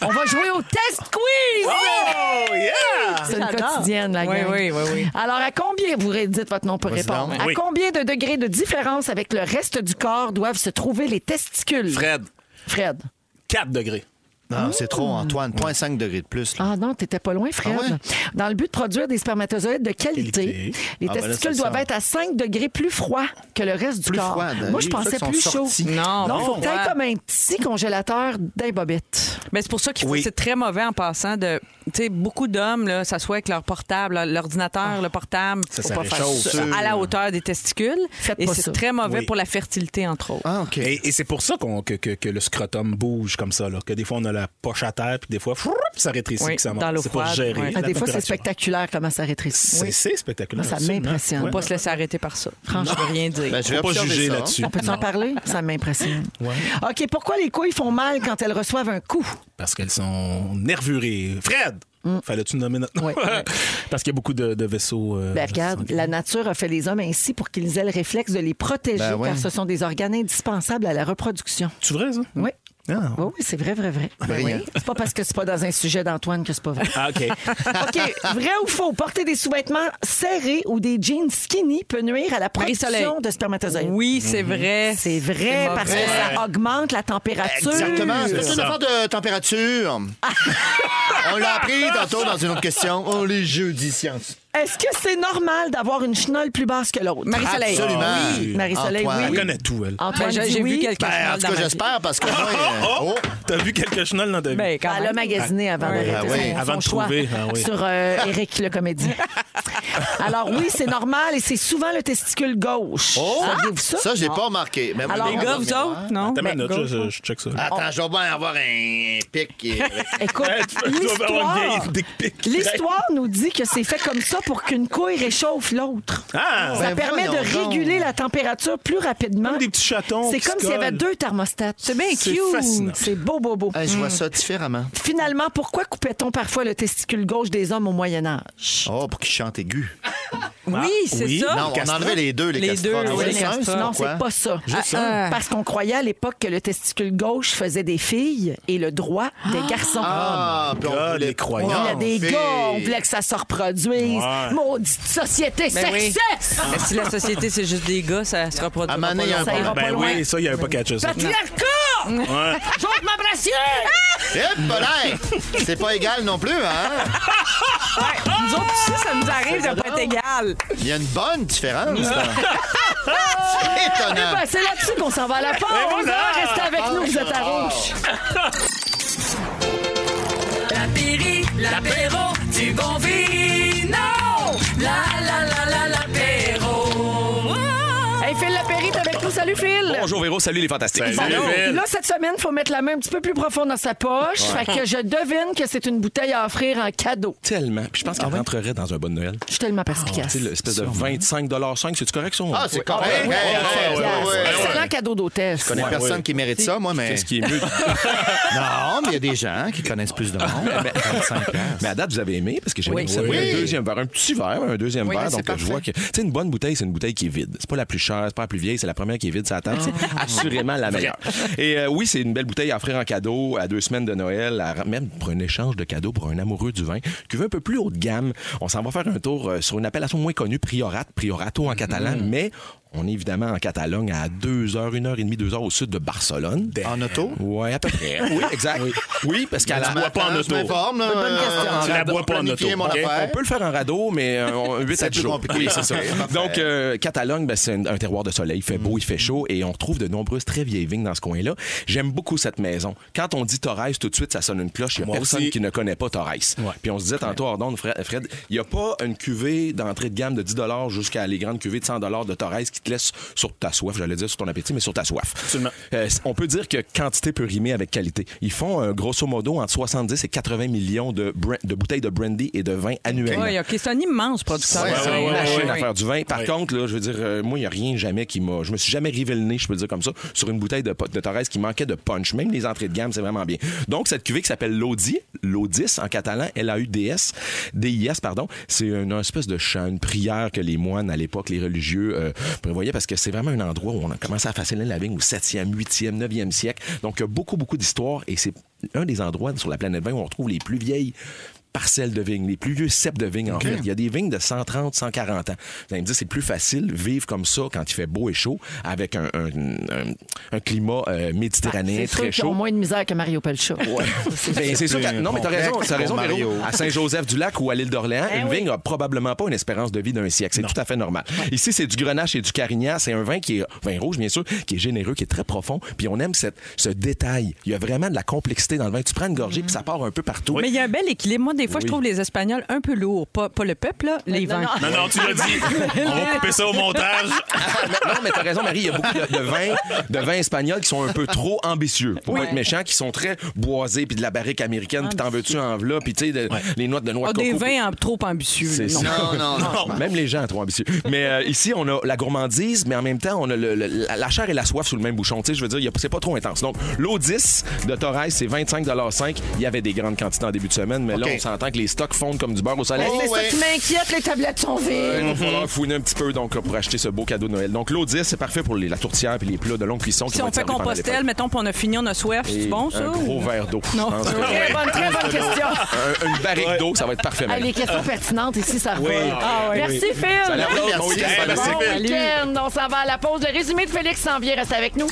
A: on va jouer au test quiz.
F: Oh, yeah!
A: C'est une
D: J'adore.
A: quotidienne, la
D: Oui,
A: gang.
D: oui, oui, oui.
A: Alors, à combien, vous ré- dites votre nom pour
B: Vas-y
A: répondre,
B: donc.
A: à
F: Oui.
A: combien de degrés de différence avec le reste du corps doivent se trouver les testicules?
F: Fred,
A: Fred.
F: 4 degrés.
B: Non, c'est trop, Antoine. 0.5 degrés de plus. là.
A: Ah non, t'étais pas loin, Fred.
B: Ah ouais?
A: Dans le but de produire des spermatozoïdes de qualité,
F: Qualité.
A: les
B: Ah ben là,
A: testicules
B: c'est
A: doivent
B: ça.
A: être à 5 degrés plus froid que le reste du
B: Plus
A: corps.
B: froid, hein,
A: Moi, je
B: les
A: pensais
B: feuilles sont
A: plus chaud.
B: sorties.
D: Non,
A: Donc, faut
D: ouais.
A: que t'ailles comme un petit congélateur d'imbobette.
D: Mais Ben, c'est pour ça qu'il faut.
F: Oui.
D: C'est très mauvais en passant de. Tu sais, beaucoup d'hommes, là, s'assoient avec leur portable, leur- l'ordinateur, le portable.
F: Ça,
D: faut
F: ça
D: pas faire
F: réchauffe,
D: ça.
B: ça.
D: À la hauteur des testicules.
A: Faites
D: et
A: pas
D: c'est
A: ça.
D: très mauvais
F: Oui.
D: pour la fertilité, entre autres.
B: Ah, OK.
F: Et, et c'est pour ça qu'on- que, que, que le scrotum bouge comme ça, là. que des fois on a la poche à terre, puis des fois, froup, ça rétrécit,
D: Oui,
F: puis ça monte.
D: dans l'eau
F: C'est pour
D: froide,
F: gérer.
D: oui.
F: la
A: Ah, des fois, c'est
F: température.
A: spectaculaire comment ça rétrécit.
F: C'est
A: Oui.
F: c'est spectaculaire.
A: Ah, ça
F: absolument.
A: m'impressionne.
D: On
F: Ouais.
D: peut pas se laisser arrêter par ça.
A: Franchement, je veux rien dire.
B: Ben, je vais
F: Faut pas
B: observer
F: juger
B: ça.
F: là-dessus.
A: On peut s'en
F: Non,
A: parler? Ça m'impressionne. OK, pourquoi les couilles font mal quand elles reçoivent un coup?
B: Euh,
F: Parce qu'elles sont nervurées. Fred!
A: Mm.
F: Fallait-tu nommer notre nom?
A: Oui, oui.
F: *laughs* Parce qu'il y a beaucoup de, de vaisseaux. euh,
A: Ben, regarde, la nature a fait les hommes ainsi pour qu'ils aient le réflexe de les protéger,
B: Ben ouais.
A: car ce sont des organes indispensables à la reproduction.
F: Tu vrai, ça?
A: Oui. Oh.
F: Ah.
A: Oui, oui, c'est vrai, vrai, vrai. Ben
B: Brillant.
A: oui. C'est pas parce que c'est pas dans un sujet d'Antoine que c'est
B: *laughs*
A: pas vrai.
F: Ah, OK.
A: *laughs* OK, vrai ou faux, porter des sous-vêtements serrés ou des jeans skinny peut nuire à la
D: soleil.
A: production de spermatozoïdes.
D: Oui, c'est
B: Mhm.
D: vrai.
A: C'est vrai
D: mauvais. Ben,
A: parce que ça augmente la température.
B: Exactement. C'est
F: C'est
B: une
F: ça.
B: affaire de
A: *laughs*
B: température. On l'a appris tantôt dans une autre question. On Oh, les jeudis science.
A: Est-ce que c'est normal d'avoir une chenolle plus basse que l'autre?
D: Marie-Soleil.
B: Absolument.
A: Oui, Marie-Soleil,
B: Antoine.
F: Elle
A: oui.
F: connaît tout, elle.
D: Ben,
A: Antoine
D: j'ai
A: dit
D: j'ai
A: oui.
D: vu quelques
B: Ben, en
D: chevals
B: tout
D: dans
B: cas,
D: ma vie.
B: j'espère parce que moi. euh,
F: Oh! T'as vu quelques chenolles dans ta vie?
D: Ben, quand
A: Elle a
D: même.
A: magasiné avant
D: Ah,
A: d'arrêter
B: ah
A: son-
B: oui.
A: son,
F: Avant de
A: choix
F: trouver, ah oui.
A: sur euh, Eric le
F: *laughs*
A: comédien. Alors oui, c'est normal et c'est souvent le testicule gauche.
B: Oh!
A: Saviez-vous Ah, ça?
B: Ça, j'ai pas marqué. Ah, Mais
A: Alors,
D: Les gars, vous autres, non?
F: Attends une
D: Ben,
F: minute,
D: go.
F: là, je, je check ça.
A: Ah.
B: Attends, je vais bien avoir un pic. qui-
A: Écoute, l'histoire, l'histoire nous dit que c'est fait comme ça pour qu'une couille réchauffe l'autre.
F: Ah!
A: Ça
B: Ben,
A: permet de
B: voyons donc.
A: réguler la température plus rapidement.
F: Comme des petits chatons
A: C'est
F: qui
A: comme
F: se
A: s'il y avait
F: collent.
A: deux thermostats. C'est bien
F: C'est cute. fascinant.
A: C'est beau, beau, beau.
B: Hey, je vois ça différemment.
A: Finalement, pourquoi coupait-on parfois le testicule gauche des hommes au Moyen Âge?
B: Oh, pour qu'il chante aigu.
D: Oui, c'est
F: oui.
D: ça.
F: Ah,
B: non, on
F: castor.
B: enlevait les deux, les,
D: Les
B: castors.
D: deux,
B: Ah
D: oui,
B: ouais,
D: les
B: c'est un,
D: castors.
B: ça,
A: Non,
B: quoi?
A: c'est pas ça. Ah,
D: ça.
A: Parce qu'on croyait à l'époque que le testicule gauche faisait des filles et le droit des garçons.
B: Ah, puis on
F: God,
B: voulait-
F: Oh, les
A: on
F: croyants.
A: voulait des
B: filles.
A: gars, on voulait que ça se reproduise.
F: Ouais.
A: Maudite société
D: Ben oui.
A: sexiste!
D: Mais si la société, c'est juste des gars, ça se reproduira
B: À un
D: pas.
B: moment donné, il y a un
D: longtemps.
A: Ça ira pas
F: Ben
A: loin.
F: oui, ça, il n'y avait pas catché ça.
A: Patriarcat!
F: Ouais.
A: J'ôte ma brassière!
B: Hip, là! C'est pas égal non plus, hein?
D: Ouais, Nous autres, tu sais, ça nous arrive de pas être égal.
B: Il y a une bonne différence. là. C'est étonnant.
A: Ben, c'est là-dessus qu'on s'en va à la pause. hein.
F: voilà!
A: Restez avec nous, vous êtes à rouge.
C: L'apéri, l'apéro du bon vino. La la la la l'apéro.
A: Hey, Phil Lapéry, t'es avec nous. Salut, Phil!
H: Bonjour Véro, salut les fantastiques.
F: Salut, Phil.
A: Là, cette semaine, il faut mettre la main un petit peu plus profonde dans sa poche. Fait que je devine que c'est une bouteille à offrir en cadeau.
H: Tellement. Puis je
A: Ah
H: pense qu'elle rentrerait dans un bon Noël.
A: Je suis tellement perspicace.
H: Ah, C'est l'espèce de
A: hein?
H: 25,5 c'est-tu correct, ça?
B: Ah, c'est correct. Hey, hey, hey, hey, hey.
A: Excellent cadeau d'hôtesse.
B: Je connais personne qui mérite ça, moi, mais.
H: Qu'est-ce qui est mieux?
B: Non, mais il y a des gens qui connaissent plus de monde.
H: Mais- Mais à date, vous avez aimé parce que j'ai
D: Oui.
H: ça.
B: Oui.
H: Un deuxième verre, un petit verre, un deuxième
B: Oui,
H: verre.
B: c'est
H: Donc,
B: parfait.
H: je vois que. Tu sais, une bonne bouteille, c'est une bouteille qui est vide. C'est pas la plus chère, c'est pas la plus vieille, c'est la première qui est vide, ça attend. C'est
B: Ah.
H: assurément
B: *laughs*
H: la meilleure. Et euh, oui, c'est une belle bouteille à offrir en cadeau à deux semaines de Noël, à- même pour un échange de cadeaux pour un amoureux du vin qui veut un peu plus
F: Mm.
H: haut de gamme. On s'en va faire un tour euh, sur une appellation moins connue, Priorat, Priorato en catalan, mais On est évidemment en Catalogne à 2 heures, 1 heure et demie, 2 heures au sud de Barcelone.
B: En auto?
H: Oui, à peu près. Oui, exact. Oui, parce qu'à
B: Mais
H: la
B: tu bois pas en
H: Je
B: auto.
H: m'informe, là,
B: C'est une bonne
H: euh,
B: question.
H: en
B: Tu la
H: rado-
B: bois pas en
H: planifier
B: auto,
H: mon
B: ok?
H: affaire. On peut le faire en radeau, mais euh, on- 8
B: C'est
H: à 10
B: plus
H: jours.
B: compliqué.
H: Oui, c'est *laughs* ça.
B: Ok, parfait.
H: Donc, euh, Catalogne, ben, c'est un, un terroir de soleil. Il fait beau, il fait chaud et on retrouve de nombreuses très vieilles vignes dans ce coin-là. J'aime beaucoup cette maison. Quand on dit Torres, tout de suite, ça sonne une cloche. Il n'y a
F: Moi
H: personne
F: aussi.
H: qui ne connaît pas Torres. Puis on se disait tantôt, Ordon, Fred, Fred, il n'y a pas une cuvée d'entrée de gamme de 10 jusqu'à les grandes cuvées de 100 de Torres qui te laisse sur ta soif, j'allais dire sur ton appétit, mais sur ta soif. Euh, on peut dire que quantité peut rimer avec qualité. Ils font euh, grosso modo entre 70 et 80 millions de, bra- de bouteilles de brandy et de vin annuellement.
D: Oui, OK, c'est un immense producteur.
H: Ouais,
D: de
H: ouais,
D: vin,
H: ouais,
D: la
H: ouais,
D: Chine.
H: ouais, l'affaire du vin. Par
D: Ouais.
H: contre, là, je veux dire, euh, moi, il n'y a rien jamais qui m'a. Je me suis jamais rivé le nez, je peux le dire comme ça, sur une bouteille de, po- de Torres qui manquait de punch. Même les entrées de gamme, c'est vraiment bien. Donc, cette cuvée qui s'appelle l'Audi, l'Audis en catalan, L-A-U-D-S, D-I-S, pardon, c'est une espèce de chant, une prière que les moines à l'époque, les religieux, euh, prévoyaient parce que c'est vraiment un endroit où on a commencé à façonner la vigne au 7e, 8e, 9e siècle. Donc, il y a beaucoup, beaucoup d'histoires et c'est un des endroits sur la planète 20 où on retrouve les plus vieilles parcelles de vignes, les plus vieux ceps de vignes, en
B: OK.
H: fait. Il y a des vignes de 130, 140 ans. Vous allez me dire, c'est plus facile vivre comme ça quand il fait beau et chaud, avec un, un- un- un climat euh, méditerranéen
A: Ben, C'est sûr
H: très
A: qu'ils ont
H: chaud.
A: moins de misère que Mario Pelcha.
H: Ben, c'est sûr qu'à- Non, mais t'as raison, t'as raison, Véro. À Saint-Joseph-du-Lac ou à l'île d'Orléans,
A: Ben
H: une
A: oui.
H: vigne a probablement pas une espérance de vie d'un siècle. C'est tout à fait normal. Ici, c'est du grenache et du carignan. C'est un vin qui est, vin rouge, bien sûr, qui est généreux, qui est très profond. Puis on aime cette, ce détail. Il y a vraiment de la complexité dans le vin. Tu prends une
A: Mm-hmm.
H: gorgée, puis ça part un peu partout.
D: Mais il y a un bel équilibre. Moi, des fois,
H: Oui.
D: je trouve les Espagnols un peu lourds. Pas, pas le peuple, là, les vins.
F: Non, non, tu l'as
D: *laughs*
F: dit. On va couper ça au montage.
H: non, mais t'as raison, Marie. Il y a beaucoup de, de vins de vins espagnols qui sont un peu trop ambitieux, pour
D: Oui.
H: pas être méchant, qui sont très boisés, puis de la barrique américaine, puis t'en veux-tu en v'là, puis tu sais, de- les noix de noix
D: Ah,
H: de coco.
D: des
H: puis-
D: vins en- trop ambitieux.
H: C'est
D: là,
H: ça. *laughs* Même les gens sont trop ambitieux. Mais euh, ici, on a la gourmandise, mais en même temps, on a le- le- la, la chair et la soif sous le même bouchon. Tu sais, je veux dire, il y a- c'est pas trop intense. Donc, l'eau 10 de Torres, c'est 25,5 Il y avait des grandes quantités en début de semaine, mais là,
B: OK.
H: on s'entend que les stocks fondent comme du beurre au
D: Oh,
H: soleil.
A: c'est ça qui m'inquiète, les tablettes sont
H: Euh, Il va
A: vides.
D: Mhm.
H: falloir fouiner un petit peu donc, pour acheter ce beau cadeau de Noël. Donc, l'eau 10, c'est parfait pour les- la tourtière et les plats de longue cuisson. qui
D: Si
H: vont
D: on
H: être
D: fait
H: servis pendant les
D: Compostelle, mettons, puis on a fini, on a soif,
H: fêtes.
D: c'est bon, ça?
H: Un gros
D: ou-
H: verre d'eau. je
D: Non.
H: pense.
A: Très bonne, très bonne
H: *laughs*
A: question.
H: Un- une barrique d'eau, ça va être parfait.
A: Ah, les
H: Marie.
A: questions pertinentes ici, ça revole.
H: Ah oui.
A: Merci, Phil.
H: Ça a l'air drôle, mon week-end.
A: Bon
H: Merci, Phil.
A: week-end. On s'en va à la pause. Le résumé de Félix s'en vient. Reste avec nous.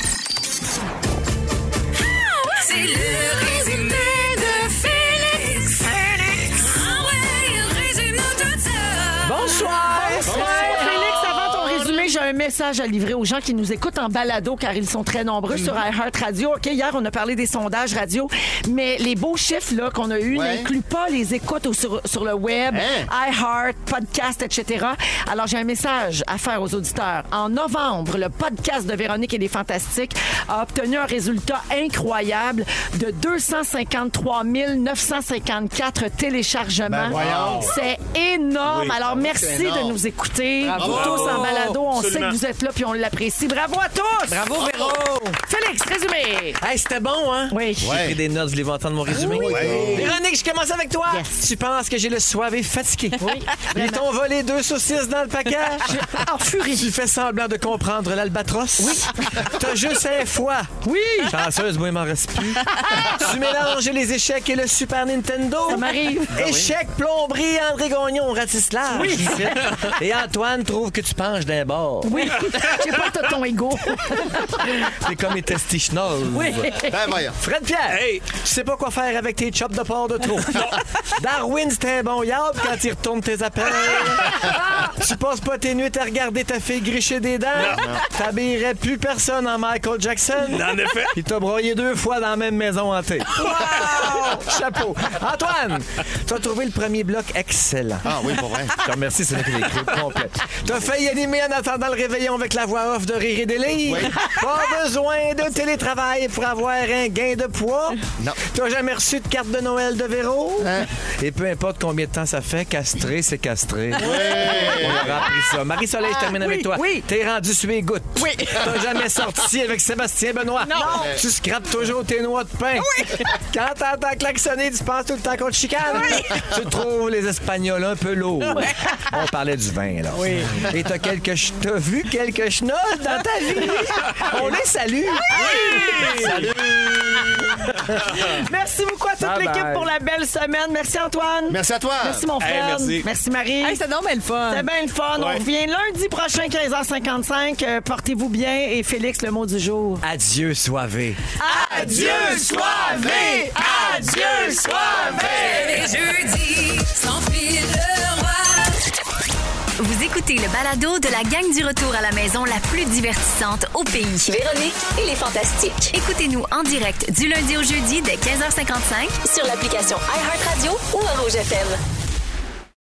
C: C'est le résumé de Félix. Félix. Ah ouais, résume tout ça.
A: Bonsoir. Félix, avant ton résumé, j'ai un message à livrer aux gens qui nous écoutent en balado car ils sont très nombreux sur
B: Mhm.
A: iHeart Radio. OK, hier, on a parlé des sondages radio, mais les beaux chiffres là, qu'on a eus
B: Ouais.
A: n'incluent pas les écoutes au- sur, sur le web,
B: Hein?
A: iHeart, podcast, etc. Alors, j'ai un message à faire aux auditeurs. En novembre, le podcast de Véronique et les Fantastiques a obtenu un résultat incroyable de 253 954 téléchargements.
B: Ben voyons.
A: C'est énorme.
F: Oui.
A: Alors, merci de
B: énorme.
A: nous écouter.
D: Bravo.
A: Tous en balado, on
F: Absolument.
A: sait que vous êtes là puis on l'apprécie. Bravo à tous!
K: Bravo, Véro!
A: Félix, résumé!
K: Hey, c'était bon, hein?
A: Oui.
K: J'ai pris des notes, vous voulez entendre mon résumé? Véronique, je commence avec toi. Tu penses que j'ai le soivé fatigué.
A: Oui,
K: Ils t'ont volé deux saucisses dans le paquet.
A: En furie.
K: Tu fais semblant de comprendre l'albatros. Oui. T'as juste un foie.
A: Oui!
K: Chanceuse, moi, il m'en reste plus. tu mélanges les échecs et le Super Nintendo.
H: *laughs*
A: Ça m'arrive.
K: Échec, plomberie, André Gagnon, Ratislav. Oui. Et Antoine trouve que tu penches d'un bord.
A: Oui, j'ai pas tout ton ego.
K: C'est comme les testichinoses.
A: Oui.
B: Ben voyons.
K: Fred Pierre,
F: Hey.
K: tu sais pas quoi faire avec tes chops de porc de
F: *laughs*
K: trop. Darwin, c'est un bon yab quand il retourne
F: *laughs*
K: tes appels. tu passes pas tes nuits à regarder ta fille gricher des dents. T'habillerais plus personne en Michael Jackson.
F: En effet.
K: Il t'a broyé deux fois dans la même maison hantée. Wow! Chapeau. Antoine, tu as trouvé le premier bloc excellent.
B: Ah oui, pour vrai.
K: Je te remercie, c'est moi qui l'ai écrit au complet. T'as failli animer en attendant le réveillon avec la voix off de Rire et Délire. Pas besoin de télétravail pour avoir un gain de poids.
B: Non.
K: T'as jamais reçu de carte de Noël de Véro.
A: Hein?
K: Et peu importe combien de temps ça fait, castré, c'est castré. On aura appris ça. Marie-Soleil, je termine avec toi.
A: Ah, oui.
K: T'es rendu sur les gouttes. Oui. T'as jamais sorti avec Sébastien Benoît. Non. Tu scrapes toujours tes noix de pain. Oui. Quand t'entends klaxonner, tu penses tout le temps qu'on te chicane. Tu trouves les Espagnols un peu lourds. On parlait du vin, là. Oui. Et t'as quelques... ch- T'as vu quelques schnozz dans ta vie. On les salue. Oui. Salut.
A: Merci beaucoup à toute
B: Bye
A: l'équipe
B: bye.
A: pour la belle semaine. Merci Antoine.
B: Merci à toi.
A: Merci mon
B: Hey,
A: frère.
B: merci.
A: Marie.
D: Hey, c'était donc bien le fun.
A: C'était bien le fun.
D: Ouais.
A: On revient lundi prochain, 15h55. Euh, Portez-vous bien. Et Félix, le mot du jour.
K: Adieu, soivé.
C: Adieu, soivé! Adieu, soivé! Les jeudis, sans fil le roi.
I: Vous écoutez le balado de la gang du retour à la maison la plus divertissante au pays. Véronique et les Fantastiques. Écoutez-nous en direct du lundi au jeudi dès 15h55 sur l'application iHeartRadio ou à Rouge FM.